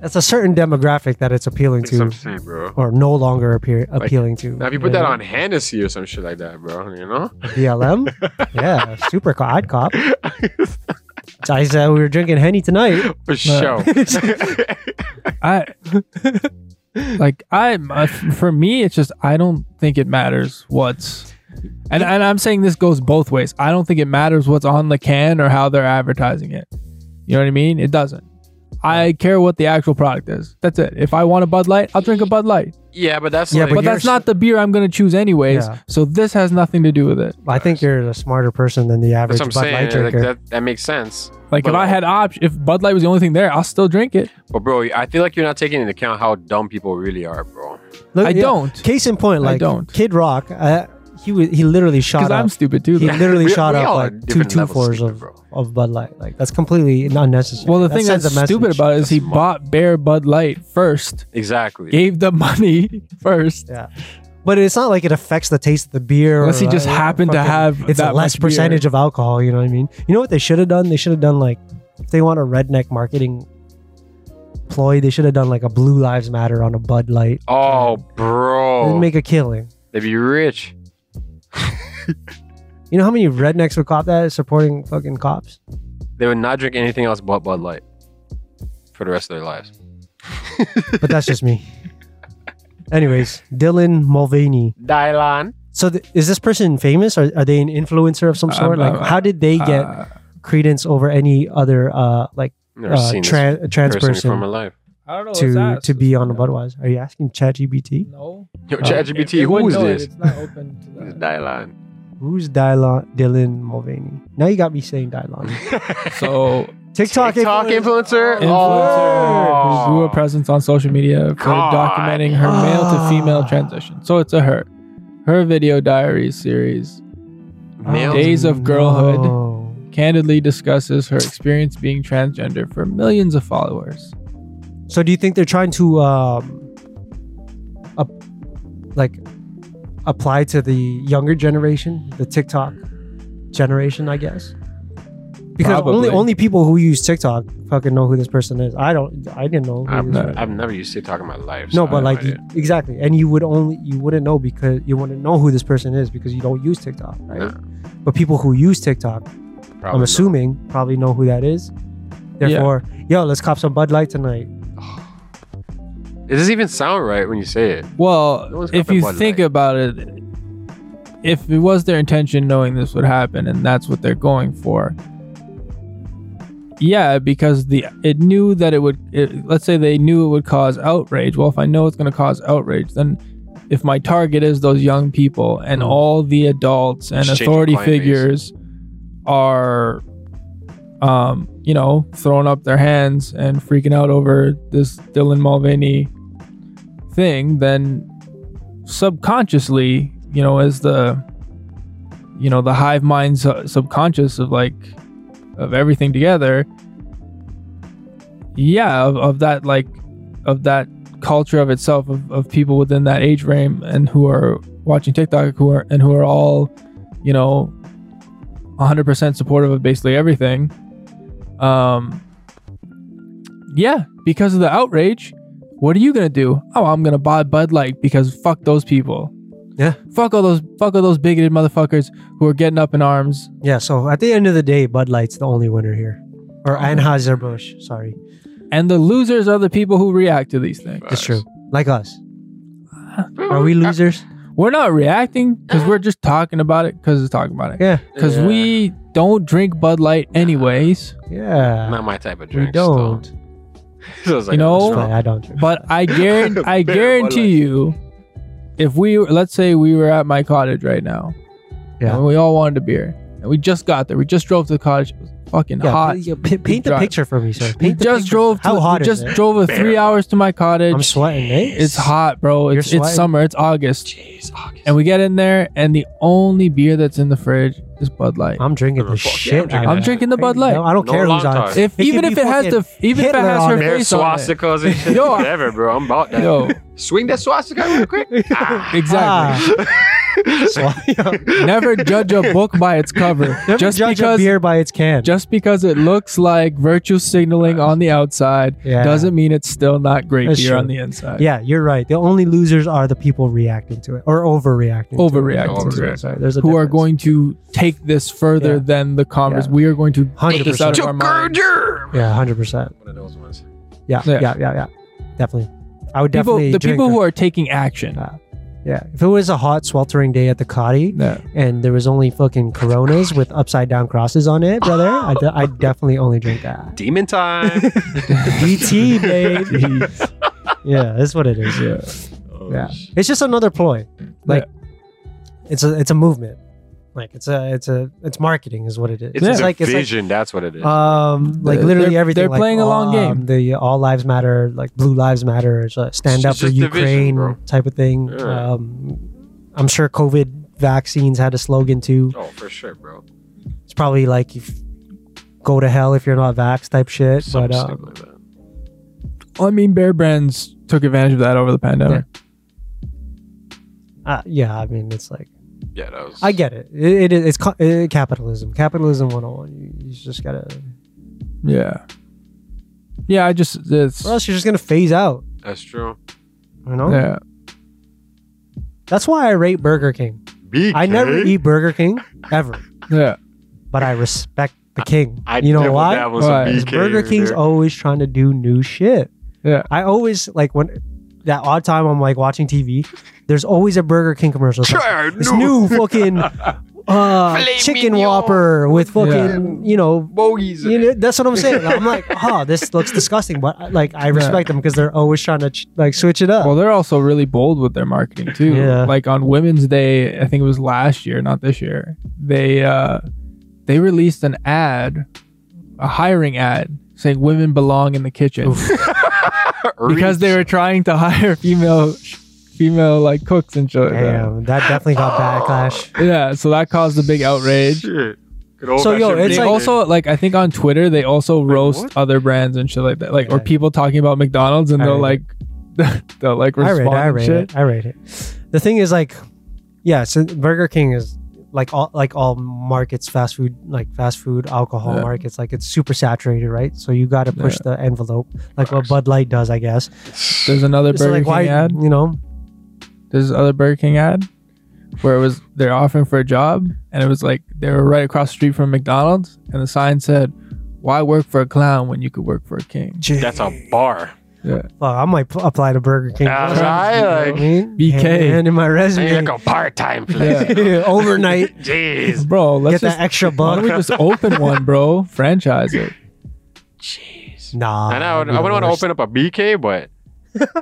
that's a certain demographic that it's appealing That's what I'm to, saying, bro. or no longer appear, Like, appealing to. Now if you put that on Hennessy or some shit like that, bro, you know? (laughs) BLM, yeah, super. Co- I'd cop. I said we were drinking henny (laughs) tonight. (laughs) For sure. I like I my- for me it's just I don't think it matters what's and and I'm saying this goes both ways. I don't think it matters what's on the can or how they're advertising it. You know what I mean? It doesn't. I care what the actual product is. That's it. If I want a Bud Light, I'll drink a Bud Light. yeah, but that's Yeah, like, But But that's you're- not the beer I'm going to choose anyways. Yeah. So this has nothing to do with it. I think you're a smarter person than the average that's what I'm Bud Light sayght Like, drinker. that, that makes sense. Like if But- I had option, if Bud Light was the only thing there, I'll still drink it. But bro, I feel like you're not taking into account how dumb people really are, bro. Look, I yeah. don't Case in point, I like don't. Kid Rock, uh, he was he literally because shot up. I'm stupid too. he though. literally We- shot we up all are like two different two levels fours stupid, of, bro. of Bud Light. Like that's completely unnecessary. Well, the That thing sends a that's message. stupid about it is he That's bought Bear Bud Light first, Exactly. gave the money (laughs) first, Yeah. But it's not like it affects the taste of the beer. unless he or, just uh, happened to fucking- have It's that a less much beer. percentage of alcohol. You know what I mean? You know what they should have done? They should have done like if they want a redneck marketing ploy, they should have done like a Blue Lives Matter on a Bud Light. Oh, and bro. make a killing. They'd be rich. You know how many rednecks would cop that supporting fucking cops? They would not drink anything else but Bud Light for the rest of their lives. But that's just me. Anyways, Dylan Mulvaney. Dylan. So th- is this person famous? Or are they an influencer of some Um, sort? like, uh, how did they get Uh, credence over any other uh like Never uh, seen this tran trans person before person my life. I don't know what's to asked. to be on the Budweiser? Are you asking ChatGPT? No. Yo, Uh, Oh. ChatGPT, It- it who wouldn't is know it. (laughs) this? It's not open to This is (laughs) that. Dylan. Who's Dylan Dylan Mulvaney? Now you got me saying (laughs) Dylan. so TikTok, TikTok influencer. influencer Oh. who grew a presence on social media for God. documenting her male to female transition. So it's a her. Her video diary series Male Days of girlhood. Oh, no. candidly discusses her experience being transgender for millions of followers. So do you think they're trying to um up, like apply to the younger generation, the TikTok generation, I guess? Because only Probably. only people who use TikTok fucking know who this person is. I don't I didn't know. Who I've, this not- was. I've never used TikTok in my life. so no, I but have like idea. you- exactly. And you would only you wouldn't know because you wouldn't know who this person is because you don't use TikTok, right? No, But people who use TikTok, probably I'm not. assuming, probably know who that is. Therefore, yo, let's cop some Bud Light tonight. It doesn't even sound right when you say it. Well, No one's got if that you one think leg. about it, if it was their intention knowing this would happen and that's what they're going for. Yeah, because the it knew that it would it, let's say they knew it would cause outrage. Well, if I know it's going to cause outrage, then if my target is those young people and Mm. all the adults and Hmm. Just change your authority client base. figures are um, you know, throwing up their hands and freaking out over this Dylan Mulvaney thing, then subconsciously, you know, as the you know, the hive mind su- subconscious of like of everything together, yeah, of, of that like of that culture of itself of, of people within that age frame and who are watching TikTok who are and who are all, you know, 100% supportive of basically everything. Um yeah, because of the outrage, what are you going to do? Oh, I'm going to buy Bud Light because fuck those people. Yeah. Fuck all those fuck all those bigoted motherfuckers who are getting up in arms. Oh. Yeah, so at the end of the day, Bud Light's the only winner here. Or Anheuser Busch, sorry. And the losers are the people who react to these things. That's true. Like us. Uh, Are we losers? We're not reacting because we're just talking about it because it's talking about it. Yeah. Because Yeah. we don't drink Bud Light anyways. Yeah. Not my type of drink. We don't. (laughs) So I was like, You know- "What's That's wrong?" right, I don't. drink. But (laughs) I guarantee, I Bare guarantee you, if we let's say we were at my cottage right now, Yeah. and we all wanted a beer, and we just got there, we just drove to the cottage, it was fucking Yeah, hot. p- yeah, p- paint the drive. picture for me, sir. We Paint the just picture. drove. To, How hot we is just it? drove a three Bare. hours to my cottage. I'm sweating, eh? It's hot, bro. It's You're it's sweating. summer. It's August, Jeez, August. and we get in there, and the only beer that's in the fridge is Bud Light. I'm drinking the Fuck yeah, shit. I'm drinking out I'm of that. it. drinking the Bud Light. No, I don't No care who's long on. time. it. if It even could if be it has fucking the even if it Hitler has on her there. Bare face on it, (laughs) swastikas and shit. Yo, I- whatever, bro. I'm about that. yo, Swing that swastika (laughs) real quick. Ah. exactly. Swa- Never (laughs) judge a book by its cover. Never just judge because a beer by its can. just because it looks like virtue signaling on the outside Yeah. doesn't mean it's still not great That's beer true. on the inside. yeah, you're right. The only losers are the people reacting to it or overreacting. To Overreacting it. to Sorry, it. sorry, there's a Who are difference. going to take this further Yeah. than the converse? Yeah. We are going to get this out 100%. of our mind. Gerger! Yeah, hundred percent. One of those ones. Yeah, Yeah. yeah, yeah, yeah, Definitely. I would People, definitely. the drink people a- who are taking action. Yeah, if it was a hot, sweltering day at the Cotty Yeah. and there was only fucking Coronas with upside down crosses on it, brother, I de- I'd definitely only drink that. Demon (laughs) time. (laughs) DT, babe. yeah, that's what it is. Yeah. Oh, Yeah. sh- It's just another ploy. Like it's a it's a movement. Like it's a it's a it's marketing is what it is. It's, a like vision. that's what it is. like um like They're- literally they're- everything. they're like, playing a long um, game. The all lives matter, like blue lives matter, it's a stand It's up for just division, Ukraine bro. type of thing. Yeah. Um I'm sure COVID vaccines had a slogan too. oh, for sure, bro. It's probably like if go to hell if you're not vax type shit. Something but uh, stupid like that. I mean, Bear Brands took advantage of that over the pandemic. uh, yeah, I mean it's like Yeah, that was. I get it. It, it is- it's co- uh capitalism. Capitalism 101. You, you just gotta, Yeah. Yeah, I just it's or else you're just gonna phase out. That's true. You know. yeah. That's why I rate Burger King. BK? I never eat Burger King ever, Yeah. but I respect the king. I you know dabbled why? dabbled some Why? 'Cause BK Burger over King's there. always trying to do new shit. Yeah. I always like when that odd time I'm like watching TV. There's always a Burger King commercial. It's like, Try our this (laughs) new fucking uh, Filet chicken mignon. whopper with fucking Yeah. you know bogeys. in You it. (laughs) know, that's what I'm saying. Like, I'm like, oh, this looks disgusting, but I- like I respect them because they're always trying to ch- like switch it up. (laughs) Well, they're also really bold with their marketing too. Yeah. Like on Women's Day, I think it was last year, not this year. They uh they released an ad, a hiring ad saying women belong in the kitchen (laughs) because they were trying to hire female female like cooks and shit. like that. Damn, that definitely got backlash. Yeah, so that caused a big outrage. Shit. Good old So, yo, fashioned it's They (laughs) like- also like I think on Twitter they also roast what? other brands and shit like that, like or Yeah. people talking about McDonald's and I they'll read like they'll like (laughs) I rate respond it. I and rate shit. it. I rate it. The thing is, like, yeah, so Burger King is like all like all markets, fast food, like fast food, alcohol Yeah. markets, like it's super saturated, right? So you got to push the envelope, like what Facts. Bud Light does, I guess. There's another So, Burger like, King why, ad. you know? there's this other Burger King ad where it was they're offering for a job and it was like they were right across the street from McDonald's and the sign said, Why work for a clown when you could work for a king? That's a bar. Fuck, I might p- apply to Burger King. All You know right, what I like- mean? BK. Hand- hand in my Hey, resume. like a part-time place. (laughs) Yeah, Overnight, Jeez. Bro, let's get just that extra why buck. don't we just open one, bro? (laughs) Franchise it. Jeez. Nah, And I, would, I wouldn't want to open up a BK, but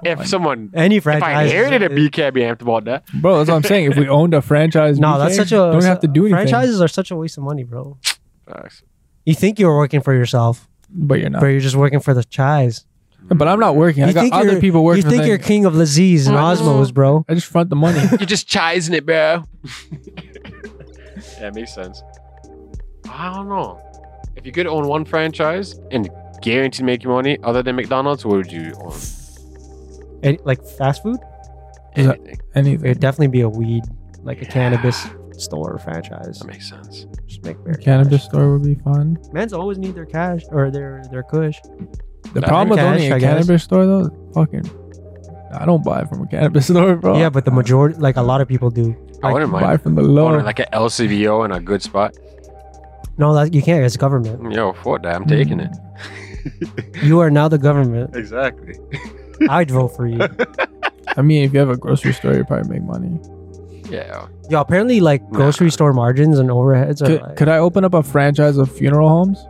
if someone, any if I franchise. inherited a BK, I'd be amped about that. Bro, that's what I'm saying. If we owned a franchise, No, BK, that's such a don't have to do anything. Franchises are such a waste of money, bro. Facts. You think you're working for yourself, But you're but not. you're just working for the chais. But I'm not working. You I got think other you're- people You working. for think you're things. king of Laziz and I know. Osmos, bro? I just front (laughs) the money. (laughs) You're just chising it, (laughs) bro. yeah, makes sense. I don't know. If you could own one franchise and guarantee to make you money other than McDonald's, what would you own? And, like fast food, Is that- Anything. it'd Anything. definitely be a weed, like a Yeah. cannabis store franchise. That makes sense. Just make beer. Cannabis store would be fun. Men's always need their cash or their their kush. The Nah, problem with cash, owning a I guess. cannabis store though, is fucking, I don't buy from a cannabis (laughs) store, bro. yeah, but the majority, like a lot of people do. I wouldn't buy mind. from the Owning lower. like an LCBO in a good spot. No, that you can't. It's government. Mm-hmm. Yo, for that, I'm taking it. You are now the government. exactly. I'd vote for (laughs) you. I mean, if you have a grocery store, you probably make money. Yeah. Yo, apparently, like grocery Nah. store margins and overheads are Could, like, could I open up a franchise of funeral homes?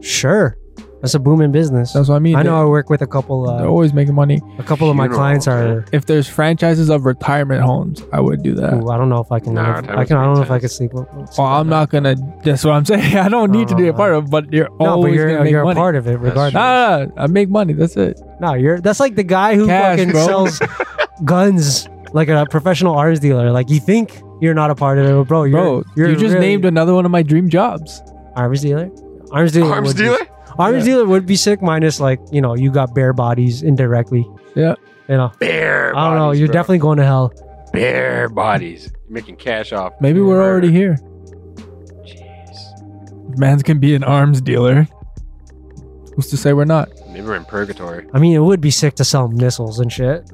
sure. That's a booming business. That's what I mean. I They- know I work with a couple. They're Uh, always making money. a couple of my Funeral, clients are. If there's franchises of retirement homes, I would do that. Ooh, I don't know if I can. Nah, live- that I was can. I don't know if I intense. can sleep. Well, Well, I'm not gonna. That's what I'm saying. (laughs) I don't need to be a part of, it, but you're No, but always you're gonna make you're a money. part of it, regardless. true. Nah, nah, nah, I make money. That's it. No, you're that's like the guy who Cash, fucking bro. (laughs) sells guns like a professional arms dealer. Like you think you're not a part of it, but bro. You're, Bro, you're you just really- named another one of my dream jobs. arms dealer. Arms dealer. Arms would be- dealer? arms Yeah. dealer would be sick. Minus like you know you got bare bodies indirectly. Yeah. You know. Bear. I don't know. bodies, You're bro. definitely going to hell. bare bodies. You're making cash off. Maybe we're already here. Jeez. Man's can be an arms dealer. Who's to say we're not? Maybe we're in purgatory. I mean, it would be sick to sell missiles and shit.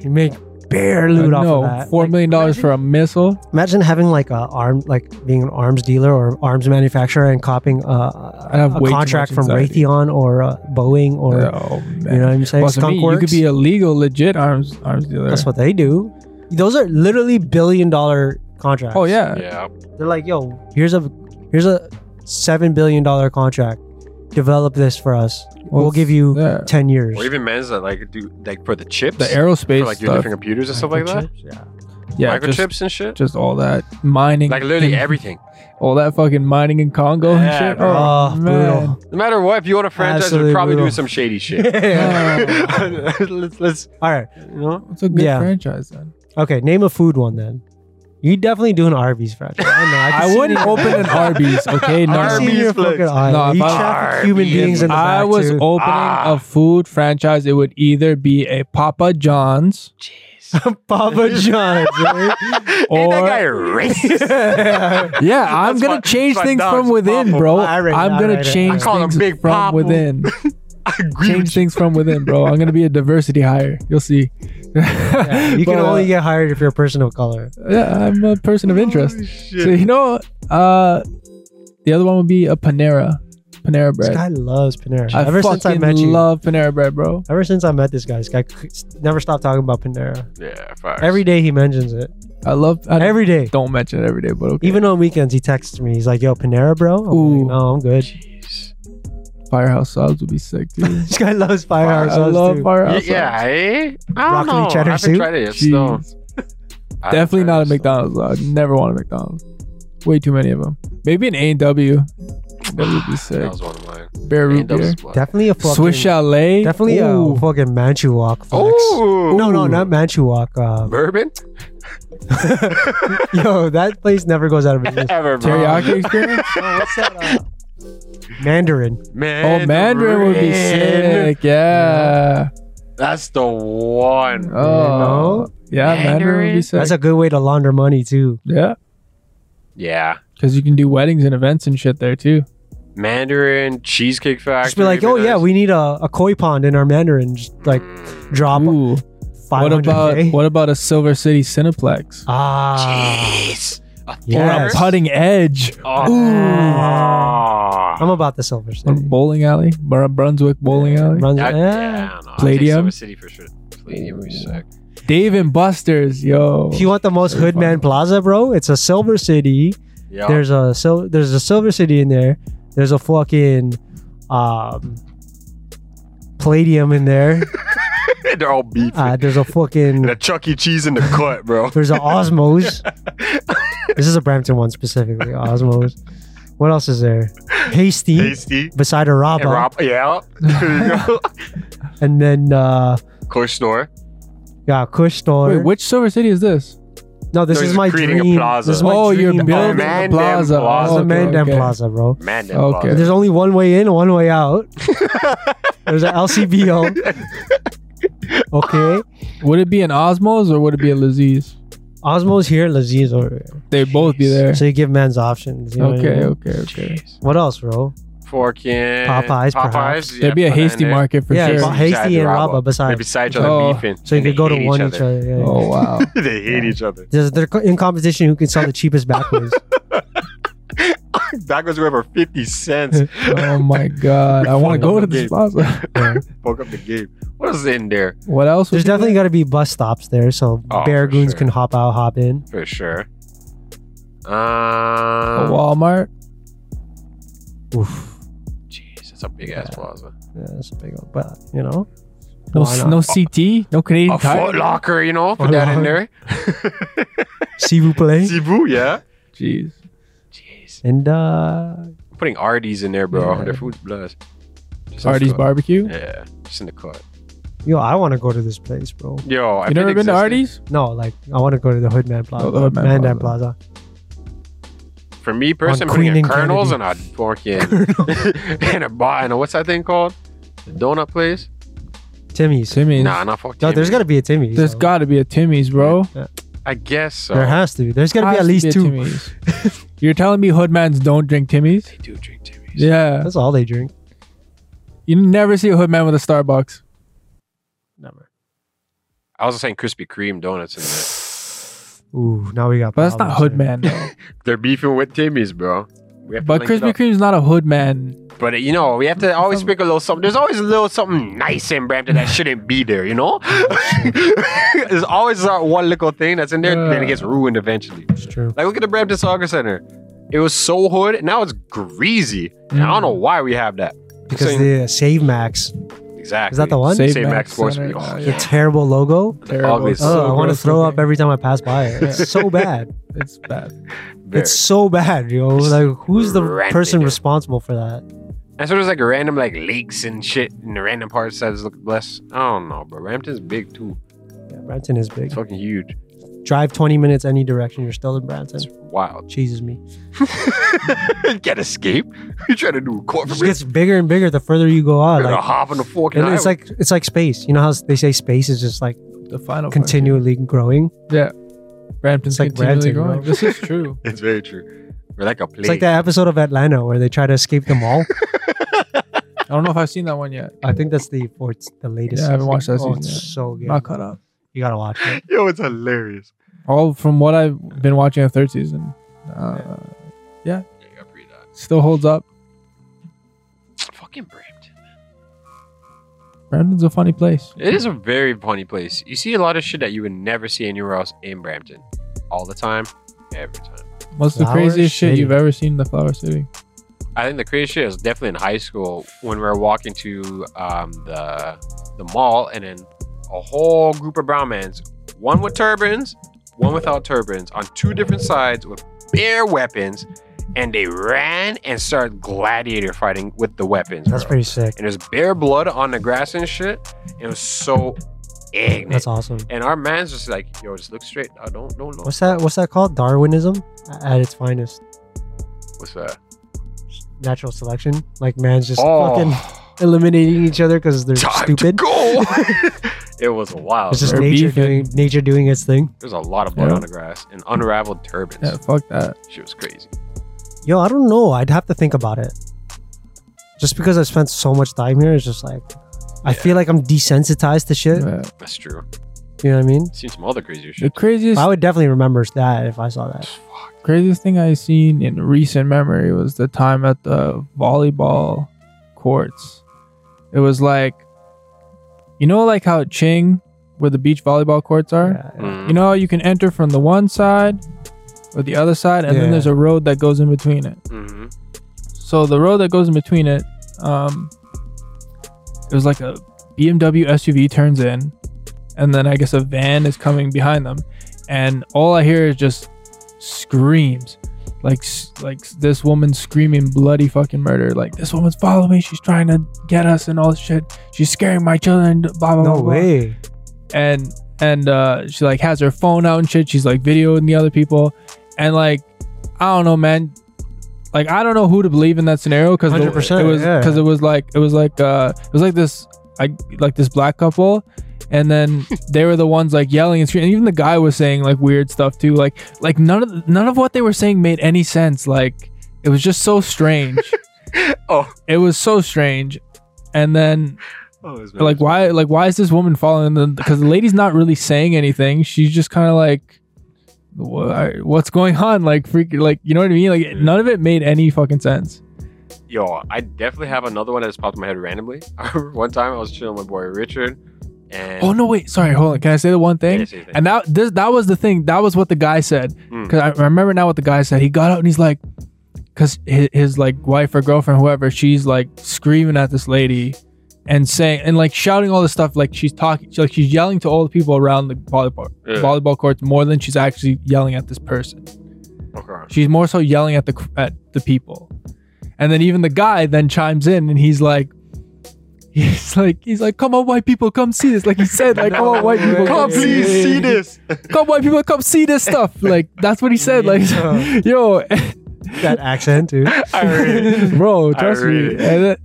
You make bare Uh, loot off no, of that. four million dollars for a missile. Imagine having like a arm, like being an arms dealer or arms manufacturer and copying uh, I'd have a way too contract much from anxiety. Raytheon or uh, Boeing or oh man, you know what I'm saying. Plus, I mean, you could Skunkworks. be a legal, legit arms arms dealer. That's what they do. Those are literally billion dollar contracts. oh yeah. Yeah. they're like, yo, here's a here's a seven billion dollar contract. Develop this for us. We'll, give you yeah. ten years. Or even men's that like do like for the chips. the aerospace for like your stuff. different computers and stuff like that. Microchips, Yeah. yeah, Microchips just, and shit. just all that mining, Like literally and everything. all that fucking mining in Congo Yeah, and shit. bro. Oh, man. brutal. No matter what, if you want a franchise, Absolutely you're probably brutal. doing some (laughs) shady shit. (laughs) let's, let's, (laughs) All right. you know, It's a good Yeah. franchise then. Okay. Name a food one then. You definitely do an Arby's franchise. I know. I, can I see wouldn't it. (laughs) open an Arby's, okay? I No. can see Arby's your flex. fucking eye. No, you if I- traffic human Arby's. beings in the I back, was too. opening Ah. a food franchise. It would either be a Papa John's (laughs) (laughs) Papa John's. right? ain't that Or- guy racist? eh? (laughs) Yeah, I'm That's gonna why- change that's why things dogs from pop within, 'em. bro. I read it, I I'm read gonna it. I change call 'em things Big from Papa. (laughs) within. I agree (laughs) Change with you. things from within, bro. I'm gonna be a diversity hire. You'll see. (laughs) You can But, uh, only get hired if you're a person of color. Yeah, I'm a person of interest. Holy So shit. you know, uh, the other one would be a Panera, Panera This bread. guy loves Panera. I Ever fucking since I met you, love Panera bread, bro. Ever since I met this guy, this guy c- never stopped talking about Panera. Yeah, facts. Every day he mentions it. I love. I Every day. don't mention it every day, but okay. Even Oh on weekends, he texts me. He's like, "Yo, Panera, bro." I'm like, Ooh. no, I'm good. (laughs) Jeez. firehouse subs would be sick, dude. This guy loves firehouse. I love Y- firehouse. Yeah, subs. eh? I don't Broccoli know. cheddar I haven't soup? tried it yet, Jeez. so- I haven't Definitely tried it not a yet, so- McDonald's. Though. I'd never want a McDonald's. Way too many of them. Maybe an A and W. That would be That sick. was one of mine. Bear root A&W beer. is blood. Definitely a fucking. Swiss Chalet. Definitely Ooh. a fucking Manchuwalk flex. Ooh. No, no, Ooh. not Manchuwalk. (laughs) Uh, Bourbon? yo, that place never goes out of business. Ever, bro. teriyaki (laughs) experience. Oh, what's that? Uh, Mandarin. Mandarin. oh, Mandarin would be sick. Yeah. That's the one. Oh. Yeah, Mandarin, would be Mandarin? sick. That's a good way to launder money too. yeah, Yeah. because you can do weddings and events and shit there too. Mandarin Cheesecake Factory. Just be like, "Oh would yeah, nice." we need a, a koi pond in our Mandarin." Just like Mm. drop Ooh. five What hundred about k. what about a Silver City Cineplex Ah, Jeez. A or a Yes. putting edge Oh. I'm about the silver or city. bowling alley, Bur- Brunswick Bowling Alley, Runs- That- yeah. yeah, I don't know. I'll take Silver Palladium? City for sure. Palladium would be sick. Dave and Buster's, yo. If you want the most Very hoodman fun. plaza, bro, it's a silver city. Yeah. There's a sil- there's a silver city in there. There's a fucking um palladium in (laughs) there. (laughs) They're all beefing. Uh, there's a the fucking Chuck E. (laughs) Cheese in the cut, bro. there's a (laughs) Osmos. this is a Brampton one specifically. Osmos. What else is there? Hasty. Tasty. Beside a And Rabba, Rob, yeah. (laughs) There (laughs) you go. and then uh, Kushnor. yeah, Kush store. Wait, which Silver City is this? No, this No, is he's my creating a dream. plaza. This is my Oh, you're dream, bro. building Man, a damn plaza. plaza. It's Oh, the Okay, main damn okay. plaza, bro. Man, that Okay. There's only one way in, one way (laughs) out. There's an LCBO. Okay. Would it be an Osmos or would it be a Laziz? Osmo's here, Laziz over here. They'd both be there. So you give man's options. You know what I Okay, mean? okay, okay. What else, bro? Forkin. Popeyes, perhaps. Popeyes. There'd be a put that in hasty there. market for Yeah, sure. but Beside Hasty and Rabba. Rabba beside. They're beside each other Oh. beefing. So you and could go they to hate one each other. yeah, yeah. Oh (laughs) wow. they hate each other. (laughs) (laughs) There's- They're co- in competition who can sell the cheapest backwards. tacos were for (laughs) 50 cents. oh (laughs) my god! I want to go to this plaza. Fuck up the game. What is in there? (laughs) What else? There's was there? definitely got to be bus stops there, so Oh, bear for goons sure. can hop out, hop in. For sure. A Um, Walmart. Oof, Jeez, that's a big ass plaza. yeah, that's a big one. But you know, No, why s- not? no CT. No Canadian A Foot Tire. Locker, you know, put Foot that in Locker. there. see you (laughs) (laughs) play. Cebu, yeah. Jeez. Jeez, And uh, I'm putting Arby's in there, bro. Yeah. Their food's blessed. Just in the Artie's cut. barbecue. Yeah, just in the cut. yo, I want to go to this place, bro. Yo, I've You never been existed- to Artie's? No, like I want to go to the Hoodman Plaza, Oh, the Hoodman Man Plaza. Dam Plaza. For me, personally, I'm Queen putting a and Colonel's and Kennedy. a fucking (laughs) (laughs) and a bar and a what's that thing called? The donut place? Timmy's. Timmy's. Nah, not fucking. No, there's got to be a Timmy's. There's though. got to be a Timmy's, bro. I guess so. There has to be. There's got to be at Has least a two. (laughs) Timmy's. You're telling me hoodmans don't drink (laughs) Timmy's? They do drink Timmy's. Yeah. That's all they drink. You never see a hoodman with a Starbucks. Never. I was saying Krispy Kreme donuts in there. Ooh, now we got. But that's not problems here. hoodman though. They're beefing with Timmy's, bro. We have to but link it Krispy up. Kreme's not a hoodman. But uh, you know, we have to always speak a little something. There's always a little something nice in Brampton that shouldn't be there, you know? (laughs) There's always that one little thing that's in there, then it gets ruined eventually. It's true. Like, look at the Brampton Soccer Center. It was so hood, and now it's greasy. And I don't know why we have that. Mm. Because Same. the Save Max, Exactly. is that the one? Save Save Max Max Sports. Center. Oh, Oh, The (laughs) yeah. terrible logo. Terrible. Ugly. It's Oh, so I want to gross throw up looking. every time I pass by it. It's (laughs) so bad. It's bad. Very. It's so bad, yo. It's Like, who's the ranting person it. responsible for that? And so there's like random like leaks and shit in the random parts that is look less. I don't know, but Brampton's big too. Yeah, Branton is big. It's fucking huge. Drive 20 minutes any direction, you're still in Branton. It's wild. (laughs) Cheeses me. Can't escape. (laughs) You trying to do a It corporate? just gets bigger and bigger the further you go out. You're gonna Like, hop on the fork. and it's like it's like space. You know how they say space is just like The final part. continually growing. It's Brampton's like continually Brampton, growing. bro. This is (laughs) true. it's very true. We're like a plane. It's like that episode of Atlanta where they try to escape the (laughs) mall. I don't know if I've seen that one yet. I think that's the fourth, the latest. Yeah, I haven't season. watched that Oh, season it's yet. so good. Not caught up. You gotta watch it. Yo, it's hilarious. All from what I've been watching the third season. Uh, Yeah, you gotta read that. still holds up. Fucking Brampton. Brampton's a funny place. It is a very funny place. You see a lot of shit that you would never see anywhere else in Brampton. All the time, every time. What's the Flower craziest shit City. you've ever seen in the Flower City? I think the craziest shit is definitely in high school when we were walking to um, the the mall, and then a whole group of brown mans, one with turbans, one without turbans, on two different sides with bare weapons, and they ran and started gladiator fighting with the weapons. That's bro. pretty sick. And there's bare blood on the grass and shit. It was so ignorant. That's awesome. And our man's just like, yo, just look straight. I don't don't know What's that? What's that called? Darwinism at its finest. what's that. Natural selection. Like man's just Oh, fucking eliminating each other because they're time stupid. (laughs) to go. (laughs) it was wild. It's just They're nature beefing. doing nature doing its thing. There's a lot of blood Yeah. on the grass and unraveled turbans. Yeah, fuck that. She was crazy. Yo, I don't know. I'd have to think about it. Just because I spent so much time here, it's just like I feel like I'm desensitized to shit. Yeah. That's true. You know what I mean? Seen some other crazy The shit. craziest I would definitely remember that if I saw that. Fuck. craziest thing I seen in recent memory was the time at the volleyball courts. It was like, you know, like how at Ching, where the beach volleyball courts are. Yeah, yeah. Mm. You know, you can enter from the one side or the other side, and Yeah. then there's a road that goes in between it. Mhm. So the road that goes in between it, um, it was like a BMW SUV turns in, and then I guess a van is coming behind them, and all I hear is just screams, like s- like s- this woman screaming bloody fucking murder, like this woman's following me, she's trying to get us and all this shit, she's scaring my children, blah blah blah. No blah. (laughs) way. and and uh, she like has her phone out and shit. She's like videoing the other people, and like I don't know, man. Like I don't know who to believe in that scenario because it 100%, was yeah. because it was like it was like uh it was like this I like this black couple, and then they were the ones like yelling and screaming. And even the guy was saying like weird stuff too. Like like none of the- none of what they were saying made any sense. Like it was just so strange. Oh. it was so strange. And then Oh, it's like nice. why like why is this woman following them because the lady's not really saying anything she's just kind of like wha- what's going on? Like freak, like you know what I mean? Like none of it made any fucking sense. Yo, I definitely have another one that just popped in my head randomly. (laughs) I remember one time I was chilling with my boy Richard, and Oh no, wait, sorry, hold on. Can I say the one Yeah, thing? it's anything. And that this that was the thing. That was what the guy said. Mm. Because I I remember now what the guy said. He got out and he's like, because his, his like wife or girlfriend, whoever, she's like screaming at this lady and saying and like shouting all this stuff. Like she's talking, she- like she's yelling to all the people around the volleyball Yeah. volleyball courts more than she's actually yelling at this person. Okay. She's more so yelling at the cr- at the people, and then even the guy then chimes in and he's like. He's like, he's like, come on, white people, come see this. Like he said, like, come oh, on, white people, (laughs) way. Come, come see please this see (laughs) this. come white people come see this stuff like that's what he said like (laughs) Yeah. (laughs) yo that accent too. I read it. bro I trust me really- and it,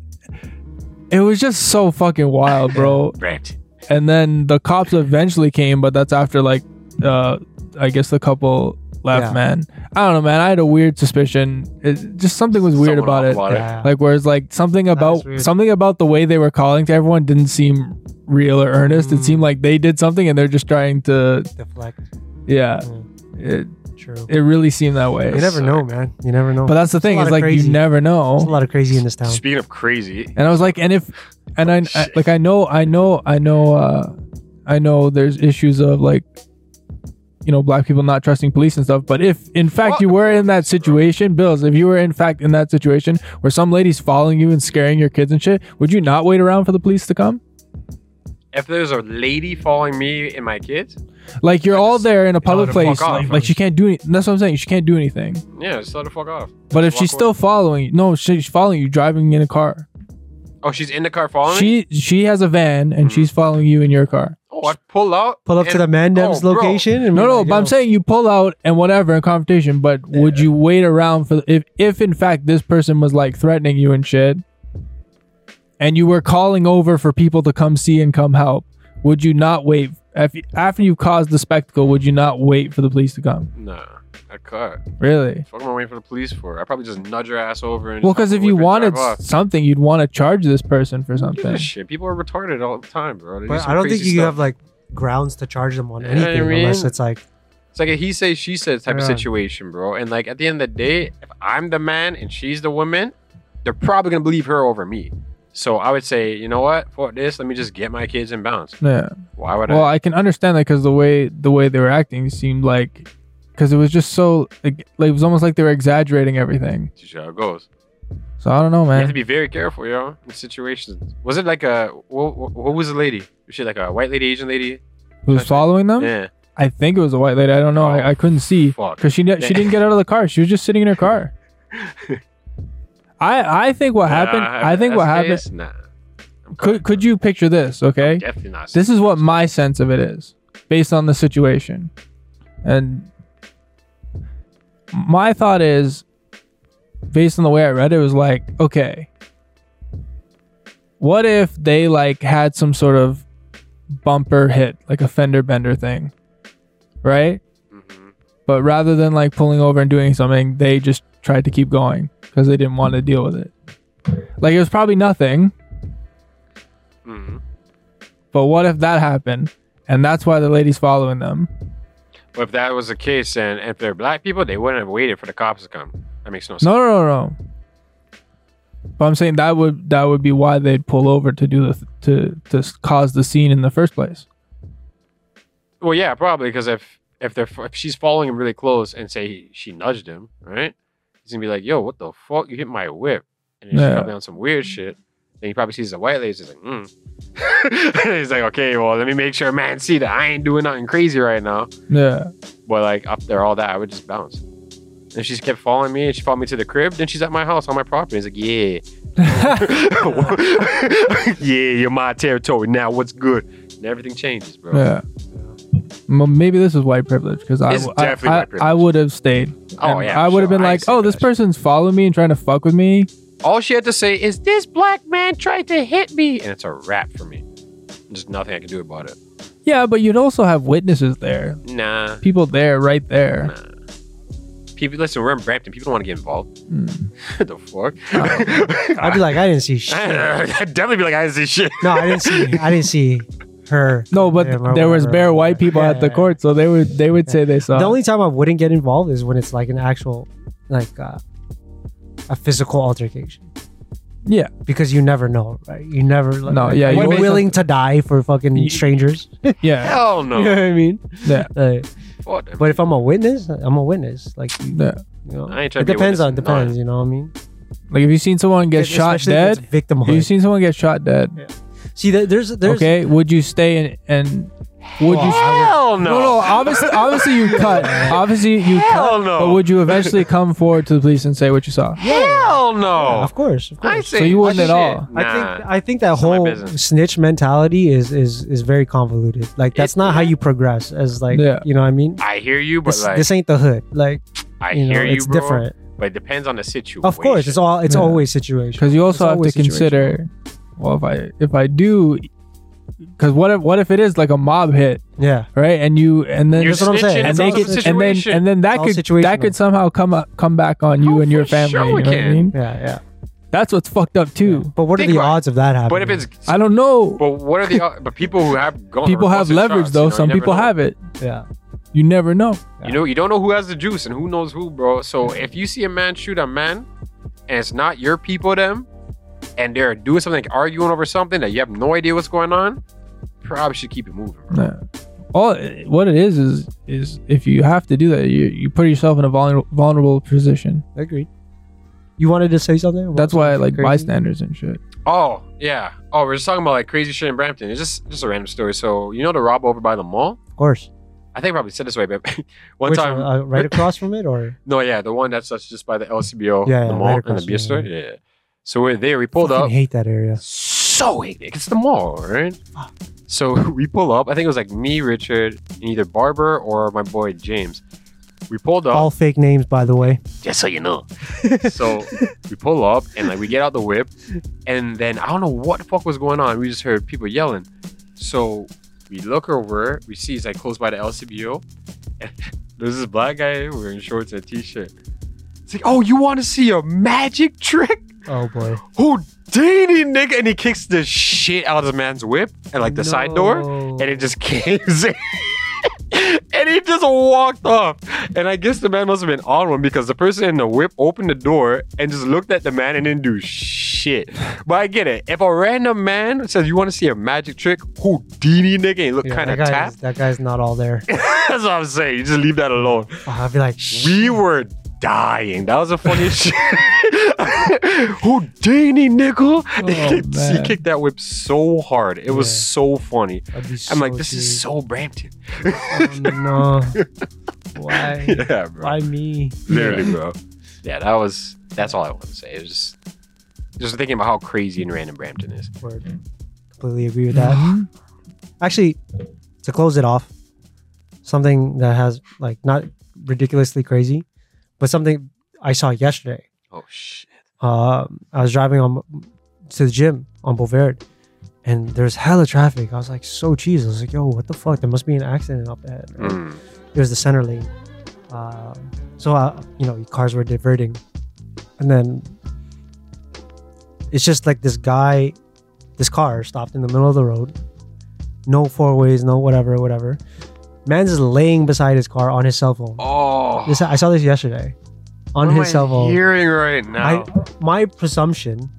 it was just so fucking wild bro Brett. and then the cops eventually came but that's after like uh i guess the couple left Yeah. man i don't know man i had a weird suspicion it, just something was weird Someone about off it Yeah. like whereas like something about is weird. something about the way they were calling to everyone didn't seem real or earnest it Mm. seemed like they did something and they're just trying to deflect. yeah Mm, it, True. it really seemed that way You never know, man. You never know. But that's the thing. lot It's of like crazy. you never There's a know. lot of crazy in this town. Speaking of crazy, And I was like, and if, and Oh, I, I- like I know, I know, I know, uh, I know. There's issues of like, you know, black people not trusting police and stuff. But if in fact Well- you were in that situation, Bills, if you were in fact in that situation where some lady's following you and scaring your kids and shit, would you not wait around for the police to come? if there's a lady following me and my kids, Like you're I all just- there in a public let 'em walk place. Like, off. like she can't do. Any, that's what I'm saying. She can't do anything. yeah, just let her fuck off. But if Walk she's away. still following, you, no, she's following you driving in a car. Oh, she's in the car following me? she she has a van and Mhm. she's following you in your car. Oh, I pull out. Pull up to and- the Mandem's oh, bro. location. And No, be no, like, but I'm "Yo." saying you pull out and whatever in confrontation. But would you wait around for if if in fact this person was like threatening you and shit, and you were calling over for people to come see and come help? Would you not wait if, after you caused the spectacle? Would you not wait for the police to come? Nah, I cut. Really? Fuck am I waiting for the police for? I probably just nudge her ass over and. Well, just because if whip you her and wanted drive off. something, you'd want to charge this person for Who gives a something. shit. People are retarded all the time, bro. They do But some I don't think crazy you stuff. have like grounds to charge them on You know what I anything unless mean? it's like It's like a he says, she says type of Yeah. situation, bro. And like at the end of the day, if I'm the man and she's the woman, they're probably gonna believe her over me. So I would say, you know what? For this, let me just get my kids and bounce. Yeah. Why would Well, I? I can understand that because the way the way they were acting seemed like because it was just so like, like, it was almost like they were exaggerating everything. Teach you how it goes. So I don't know, You have to man. be very careful, yo, in situations. Was it like a what, what was the lady? Was she like a white lady, Asian lady? Who was following them? Yeah. I think it was a white lady. I don't know. I, I couldn't see Fuck. because she ne- she didn't get out of the car. She was just sitting in (laughs) her car. I I think what happened. Nah, I think what that's the happened. case, Nah. I'm Could could you picture this? Okay, Definitely not. this is what my sense of it is based on the situation and my thought is based on the way i read it was like okay what if they like had some sort of bumper hit like a fender bender thing right Mhm. but rather than like pulling over and doing something they just tried to keep going because they didn't want to deal with it like it was probably nothing Mhm. but what if that happened and that's why the lady's following them Well, if that was the case, and if they're black people, they wouldn't have waited for the cops to come. That makes no sense. No, no, no, no. But I'm saying that would that would be why they'd pull over to do the to to s- cause the scene in the first place. Well, yeah, probably because if if they're if she's following him really close and say she nudged him, right? He's gonna be like, "Yo, what the fuck? You hit my whip!" And then Yeah. she's probably on some weird shit. Then he probably sees the white lady. He's like, mm. (laughs) he's like, "Okay, well, let me make sure, man, see that I ain't doing nothing crazy right now." Yeah, But like up there, all that, I would just bounce. And she's kept following me, and she followed me to the crib. Then she's at my house on my property. He's like, (laughs) "Yeah, (laughs) yeah, you're my territory now. What's good?" And everything changes, bro. yeah. M- Maybe this is white privilege because I, It's w- I, definitely I- white privilege. I would have stayed. Oh, And yeah, I for would have sure. been I like, see oh, that this shit. person's following me and trying to fuck with me. All she had to say is, "This black man tried to hit me," and it's a wrap for me. There's nothing I can do about it. Yeah, but you'd also have witnesses there, Nah, people there, right there. nah. People, listen, we're in Brampton. People don't want to get involved. (laughs) Mm. the fuck? (laughs) I'd be like I didn't see shit. I'd definitely be like, I didn't see shit. No, I didn't see. I didn't see her. No, but Yeah, there was whatever. bare white people at the Yeah. court, so they would they would say they saw. The only time I wouldn't get involved is when it's like an actual, like uh, a physical altercation. Yeah. because you never know, right? You never. Like, No, yeah, You're you always- willing to die for fucking You- strangers. (laughs) yeah, Hell You know no. what I mean? yeah, Uh, What? but if I'm a witness, I'm a witness. Like yeah. you know, I ain't trying it to be a depends witness. on depends. You know what I mean? Like if you seen someone get shot Especially if dead, it's victimhood. if you seen someone get shot dead, See, there- there's there's okay, would you stay and and would you? Well, Hell No, no. no. Obviously, obviously you cut. Obviously you (laughs) Hell cut. no. But would you eventually come forward to the police and say what you saw? Hell no. Of course, of course. Oh. I say, So you wouldn't oh, at shit. all. Nah. I think I think that not my whole business. snitch mentality is is is very convoluted. Like that's It- not how you progress as like Yeah. you know what I mean. I hear you, but This, like this ain't the hood. Like I you know, hear you, it's bro. different. But it depends on the situation. Of course, it's all it's Yeah. always situation. Because you also It's have to always situational. consider. Well, if I if I do, because what if what if it is like a mob hit, Yeah, right? And you and then You're That's what I'm snitching, saying. it's and they all also could, a and then situation. and then that It's all could that situational. could somehow come up, come back on you Oh, and your for sure family. you it know what I can. mean? yeah, yeah. That's what's fucked up too. But what Think are the about it. odds of that happening? But if it's I don't know. but what are the o- but people who have gone People have leverage though. Some people have it. yeah, You never know. You know, you don't know who has the juice and who knows who, bro. So if you see a man shoot a man, and it's not your people, them, and they're doing something, like arguing over something that you have no idea what's going on, probably should keep it moving. Bro. No. All what it is is is if you have to do that, you you put yourself in a vulnerable vulnerable position. agreed. You wanted to say something? That's why I like Crazy? bystanders and shit. Oh yeah. Oh, we're just talking about like crazy shit in Brampton. It's just just a random story. So you know the rob over by the mall. Of course. I think I probably said this way, but (laughs) one Which time, one, uh, right across from it, (laughs) or no, yeah, the one that's, that's just by the LCBO, Yeah, yeah, the right mall and across the beer from store. it, Yeah. yeah. So we're there. We pulled Fucking up. hate that area. so hectic. It's the mall, right? So (laughs) we pull up. I think it was like me, Richard, and either Barber or my boy James. We pulled up. All fake names, by the way. Oh, Just so you know. (laughs) so we pull up and like we get out the whip, and then I don't know what the fuck was going on. We just heard people yelling. So we look over. We see it's like close by the LCBO. And (laughs) there's this black guy wearing shorts and a t-shirt. It's like, oh, you want to see a magic trick? Oh boy. Houdini, nigga, and he kicks the shit out of this man's whip and like the side door, and it just caves in. (laughs) and he just walked off. And I guess the man must have been on one because the person in the whip opened the door and just looked at the man and didn't do shit. But I get it. If a random man says you want to see a magic trick, Houdini, nigga, and you look Yeah, kind of that guy is- tapped. That guy's not all (laughs) there. Oh, That's what I'm saying. You just leave that alone. I'd be like, We were dying. That was the funniest (laughs) shit. Houdini, nickel. (laughs) he, Oh, kicked, he man. kicked that whip so hard. It was Yeah. so funny. I'd be I'm like, so this serious. (laughs) is so Brampton. Oh, (laughs) no. Why? yeah, bro. Why me? Literally, bro. Yeah, that was. That's all I want to say. It was just, just thinking about how crazy and random Brampton is. Word. Completely agree with that. (gasps) Actually, to close it off, something that has like not ridiculously crazy, but something I saw yesterday. Oh shit. Um, I was driving on to the gym on Boulevard, and there's hella traffic. I was like, so cheese. I was like, yo, what the fuck? There must be an accident up ahead. right? Mm. it was the center lane. Um, so uh, you know, cars were diverting, and then it's just like this guy, this car stopped in the middle of the road, no four ways, no whatever, whatever. Man's just laying beside his car on his cell phone. Oh. This I saw this yesterday, what on am his I cell phone. Hearing right now. I my presumption,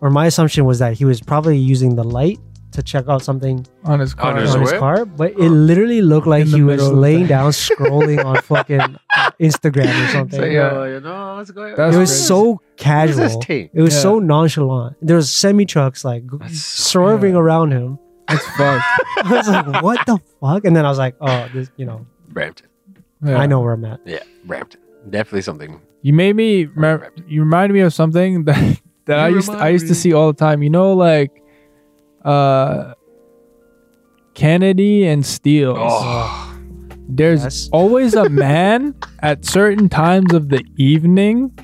or my assumption was that he was probably using the light to check out something (gasps) on his car. On his on his whip? Oh. car, but it literally looked like In the he was middle of the- laying down scrolling (laughs) on fucking Instagram (laughs) or something. So, yeah. yo, you know, what's going That's it was crazy. so What is this casual. tape? It was Yeah. so nonchalant. There was semi trucks like g- That's so- swerving around him. It's fucked. I was like, "What the fuck?" And then I was like, "Oh, this, you know, Brampton. Yeah. I know where I'm at." Yeah, Brampton. Definitely something. You made me. Rem- you reminded me of something (laughs) that that I You used I remind used me. to see all the time. You know, like uh, Kennedy and Steele. Oh. There's Yes. (laughs) always a man at certain times of the evening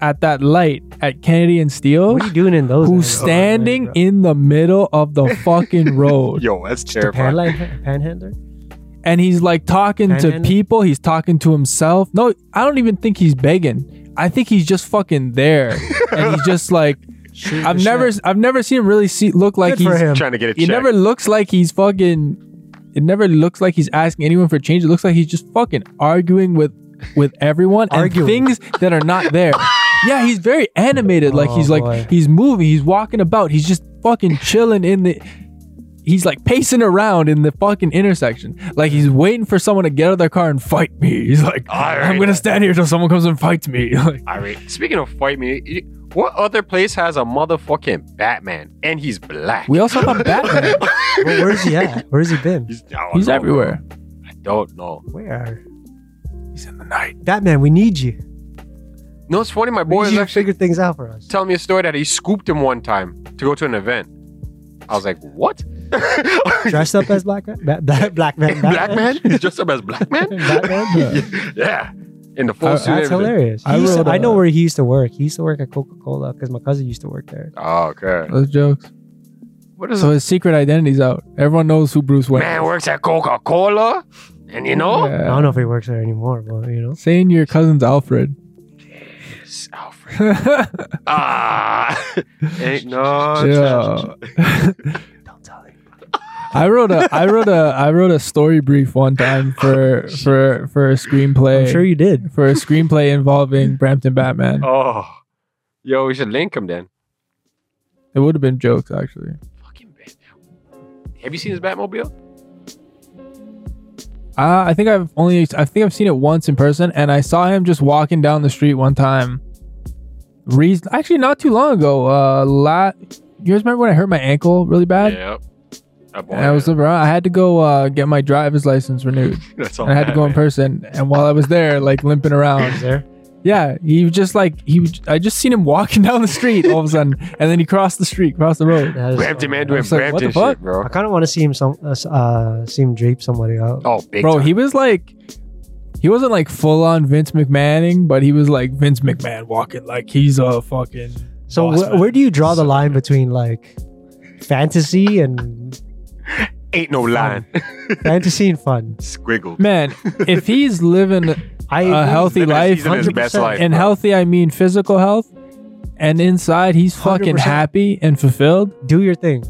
at that light at Kennedy and Steele What are you doing in those? who's areas? standing Oh, man, in the middle of the (laughs) fucking road. Oh, Yo, that's bro. the terrifying. panlight- (laughs) panhandler? and he's like talking to Panhandling? people. He's talking to himself. (laughs) No, I don't even think he's begging. I think he's just fucking there, and he's just like Shoot I've the never, shit. I've never seen him really see look like Good for he's. him. Trying to get it He checked. never looks like he's fucking. It never looks like he's asking anyone for change. It looks like he's just fucking arguing with with everyone Arguing. and things that are not there. yeah, he's very animated. Like Oh, he's like boy. he's moving, he's walking about, he's just fucking chilling in the. He's like pacing around in the fucking intersection, like he's waiting for someone to get out of their car and fight me. He's like, Alright. I'm gonna stand here till someone comes and fights me. (laughs) Like, All right. Speaking of fight me, you- what other place has a motherfucking Batman and he's black? we (laughs) also have a Batman. Well, where's he at? Where's he been? He's, I don't he's know. everywhere. I don't know. Where? He's in the night. Batman, we need you. No, it's funny. My We boy need is you to actually figure things out for us. telling me a story that he scooped him one time to go to an event. I was like, what? (laughs) Dressed up as black man, Ba- ba- black man, black man? He's dressed up as black (laughs) man? (laughs) (laughs) Batman. yeah. In the full Oh, suit. and That's everything. hilarious. He I used to- I, wrote, know uh, where he used to work. He used to work at Coca Cola because my cousin used to work there. Oh, okay. Those jokes. What is So his secret identity's out. Everyone knows who Bruce Wayne. Man is. works at Coca Cola, and you know, I Yeah. don't know if he works there anymore, but you know. saying your cousin's Alfred. (laughs) It's Alfred. Ah, (laughs) ain't no. Yeah. Don't tell him. I wrote a I wrote a I wrote a story brief one time for for for a screenplay I'm sure you did. for a screenplay involving Brampton Batman. Oh, yo, we should link him then. It would have been jokes actually. Fucking Batman. Have you seen his Batmobile? Uh, I think I've only I think I've seen it once in person, and I saw him just walking down the street one time. Re- actually, not too long ago. Uh, la- you guys remember when I hurt my ankle really bad? Yep. That boy, And I was man. around. I had to go uh, get my driver's license renewed. (laughs) That's all And I had to go in Batman. person. And while I was there, like limping around, Is there? yeah, he was just like he. was- I just seen him walking (laughs) down the street all of a sudden, and then he crossed the street, crossed the road. That is- Brampton man doing was like, what the Brampton fuck? shit, bro. I kind of want to see him some uh, s- uh see him drape somebody out. Oh, big Bro, time. he was like, he wasn't like full on Vince McMahoning, but he was like Vince McMahon walking like he's a fucking. so boss wh- man. where do you draw the line between like fantasy and ain't no line. fantasy and fun? Squiggled. (laughs) Man, if he's living I A agree. healthy He's in life, his- he's in his best 100%. life. and bro. healthy, I mean physical health, and inside he's 100%. fucking happy and fulfilled, do your thing.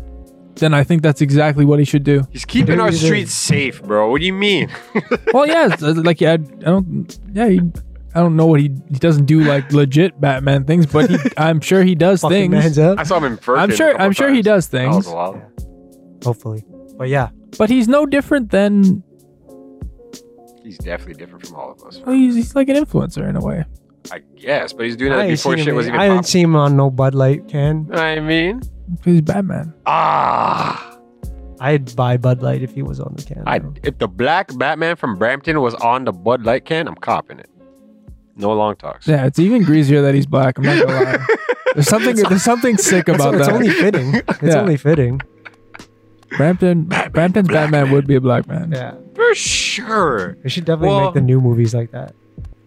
then I think that's exactly what he should do. He's keeping Dude, our he's in- streets safe, bro. What do you mean? well, yeah, it's- it's like yeah, I, I don't, yeah, he, I don't know what he he doesn't do like legit Batman things, but he, I'm sure he does Fucking man's things. up. I saw him in Firkin I'm a sure, couple I'm sure he times. does That was things, wild. Hopefully, but yeah, but he's no different than He's definitely different from all of us. well, he's, he's like an influencer in a way. I guess, but he's doing I that ain't before seen shit him, was in- even I popular. didn't see him on no Bud Light can. I mean, He's Batman. ah, I'd buy Bud Light if he was on the can. I, bro. if the black Batman from Brampton was on the Bud Light can, I'm copping it. No long talks. Yeah, it's even greasier that he's black. I'm not gonna lie. There's something, there's something sick It's, about it's that. only (laughs) fitting. It's Yeah. only fitting. Brampton, Brampton's Batman would be a black man. Yeah, For sure. we should definitely Well- make the new movies like that.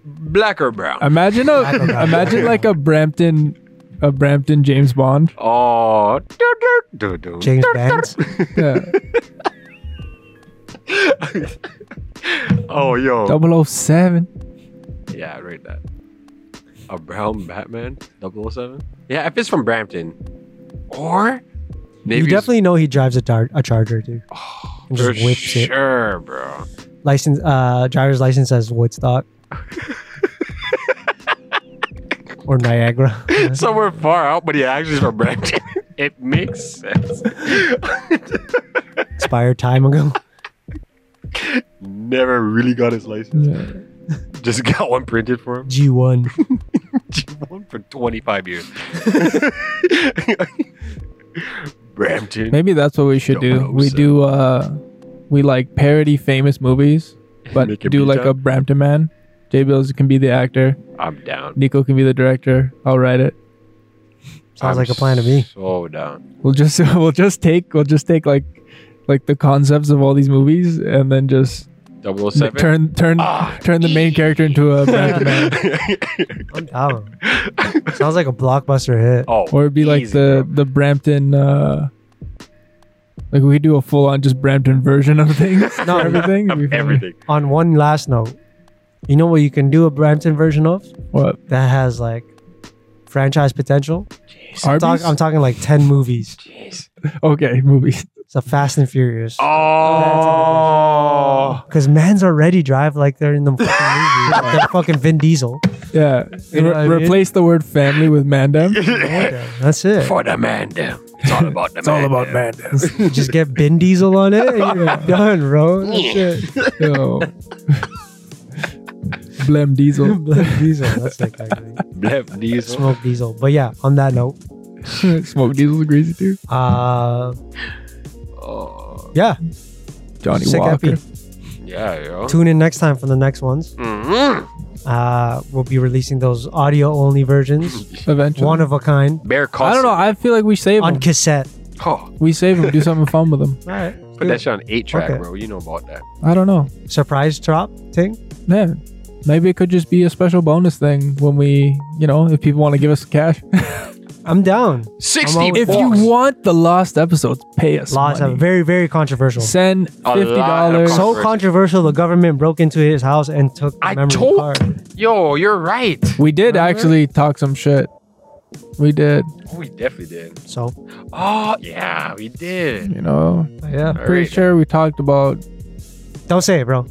Black or brown? Imagine a, Black or brown. imagine like a Brampton, a Brampton James Bond. oh, do, do, do, do. James Bands. Yeah, (laughs) Oh, yo. 007. Yeah, I read that. A brown Batman 007? Yeah, if it's from Brampton. Or maybe you it's- definitely know he drives a, tar- a charger too. and Oh, for just whips it. sure, bro. License, uh, driver's license as (laughs) Woodstock or Niagara. (laughs) (laughs) Somewhere far out, but he actually is from Brampton. (laughs) it makes sense. Expired time ago. (laughs) Never really got his license. Yeah. Just got one printed for him. G one. (laughs) One for 25 years. (laughs) Brampton. Maybe that's what we should do. We 007. do uh we like parody famous (laughs) movies, but Make a do beat like a up? Brampton man. J Bills can be the actor, I'm down. Nico can be the director. I'll write it. Sounds I'm like a plan to me. So down. We'll just (laughs) we'll just take we'll just take like like the concepts of all these movies and then just 007. turn turn (laughs) Ah. turn the main character into a Brampton (laughs) man. I'm down. Sounds like a blockbuster hit. oh, Or it'd be like easy, the bro. the Brampton uh like we could do a full on just Brampton version (laughs) of things. No, for (laughs) everything. It'd be funny. everything. On one last note, you know what you can do a Brampton version of What? that has like franchise potential. I'm, Arby's? talk- I'm talking like 10 movies. Jeez. okay, movie. So Fast and Furious. Oh. Because man's already drive like they're in the (laughs) fucking movie. they're fucking Vin Diesel. Yeah, You know what I Re- mean? replace the word family with mandem. That's it. Oh. (laughs) For the man, down. It's all about the (laughs) It's all about mandem. You just get Vin Diesel on it. and You're done, bro. That's it. (laughs) (laughs) Yo. (laughs) Blem Diesel. Black Diesel. That's like actually Blep Diesel. smoke diesel. But yeah, on that note, (laughs) Smoke Diesel's greasy too. uh, Oh. yeah, Johnny sick Walker. epi. Yeah, yo. Tune in next time for the next ones. Mhm. Uh, we'll be releasing those audio only versions, Eventually. one of a kind, Bear Cost. I don't know. I feel like we save on them. cassette. Oh, We save them. Do something fun with them. All right, put that shit on 8 track, Okay. bro. You know about that. I don't know. surprise drop thing. Yeah. Maybe it could just be a special bonus thing when we, you know, if people want to give us cash. I'm down. 60 I'm all- (laughs) if you bucks. want the lost episodes, Oh, pay us. Lots money. of very very controversial. Send A fifty lot of dollars. con- So controversial, the government broke into his house and took the I memory told- card. Yo, you're right. we did Remember? actually talk some shit. We did. Oh, We definitely did. So Oh, yeah, we did. You know, yeah, All pretty right. sure we talked about don't say it, bro,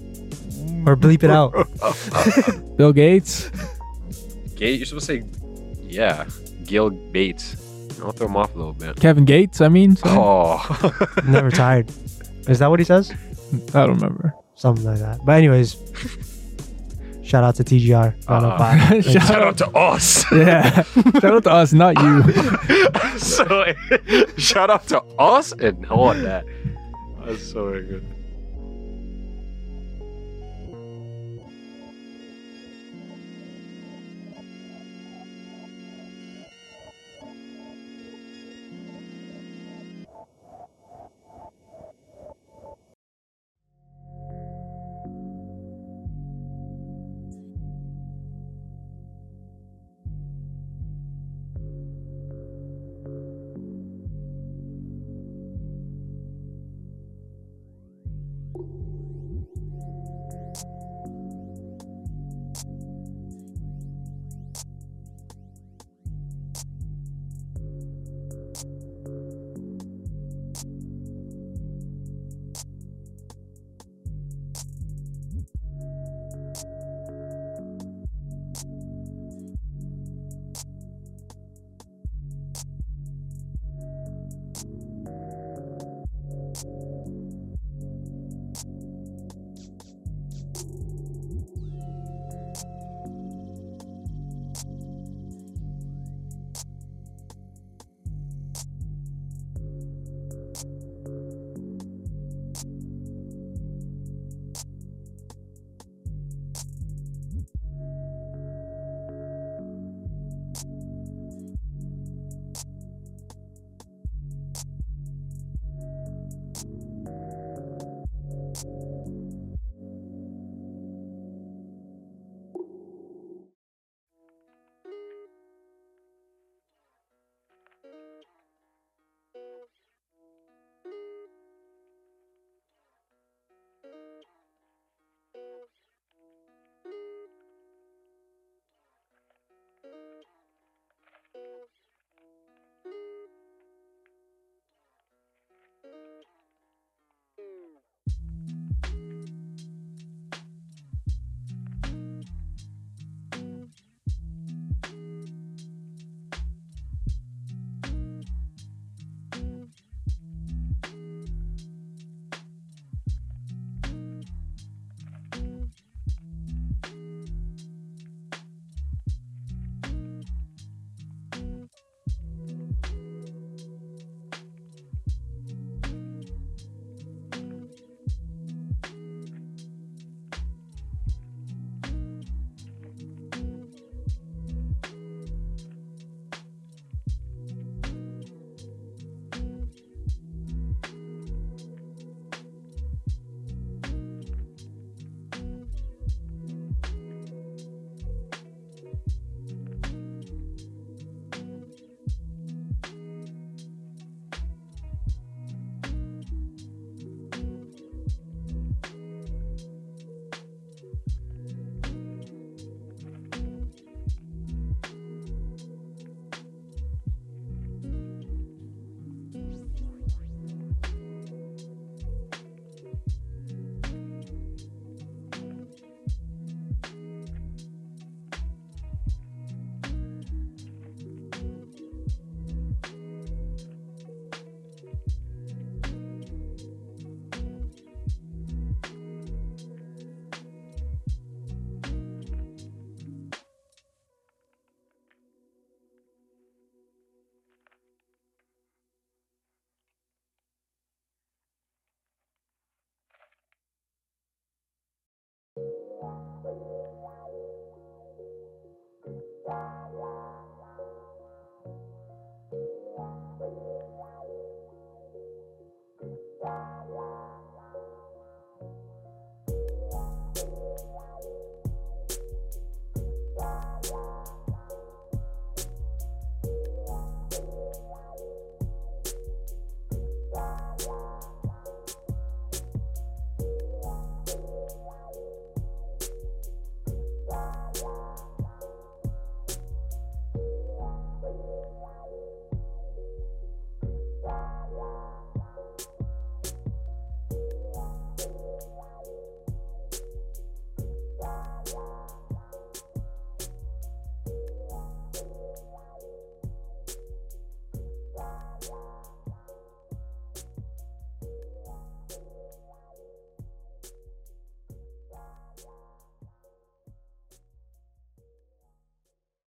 or bleep it out. (laughs) Oh, (laughs) Bill Gates. Gate, you're supposed to say, yeah, Gil Bates. I'll throw him off a little bit. Kevin Gates, I mean. sorry. Oh, (laughs) Never tired. Is that what he says? I don't remember. (laughs) something like that. But anyways, shout out to TGR. Round of Uh, applause. Thanks. Shout shout out. out to us. (laughs) Yeah. (laughs) Shout out to us, not (laughs) you. so, shout out to us and all that. That's so good.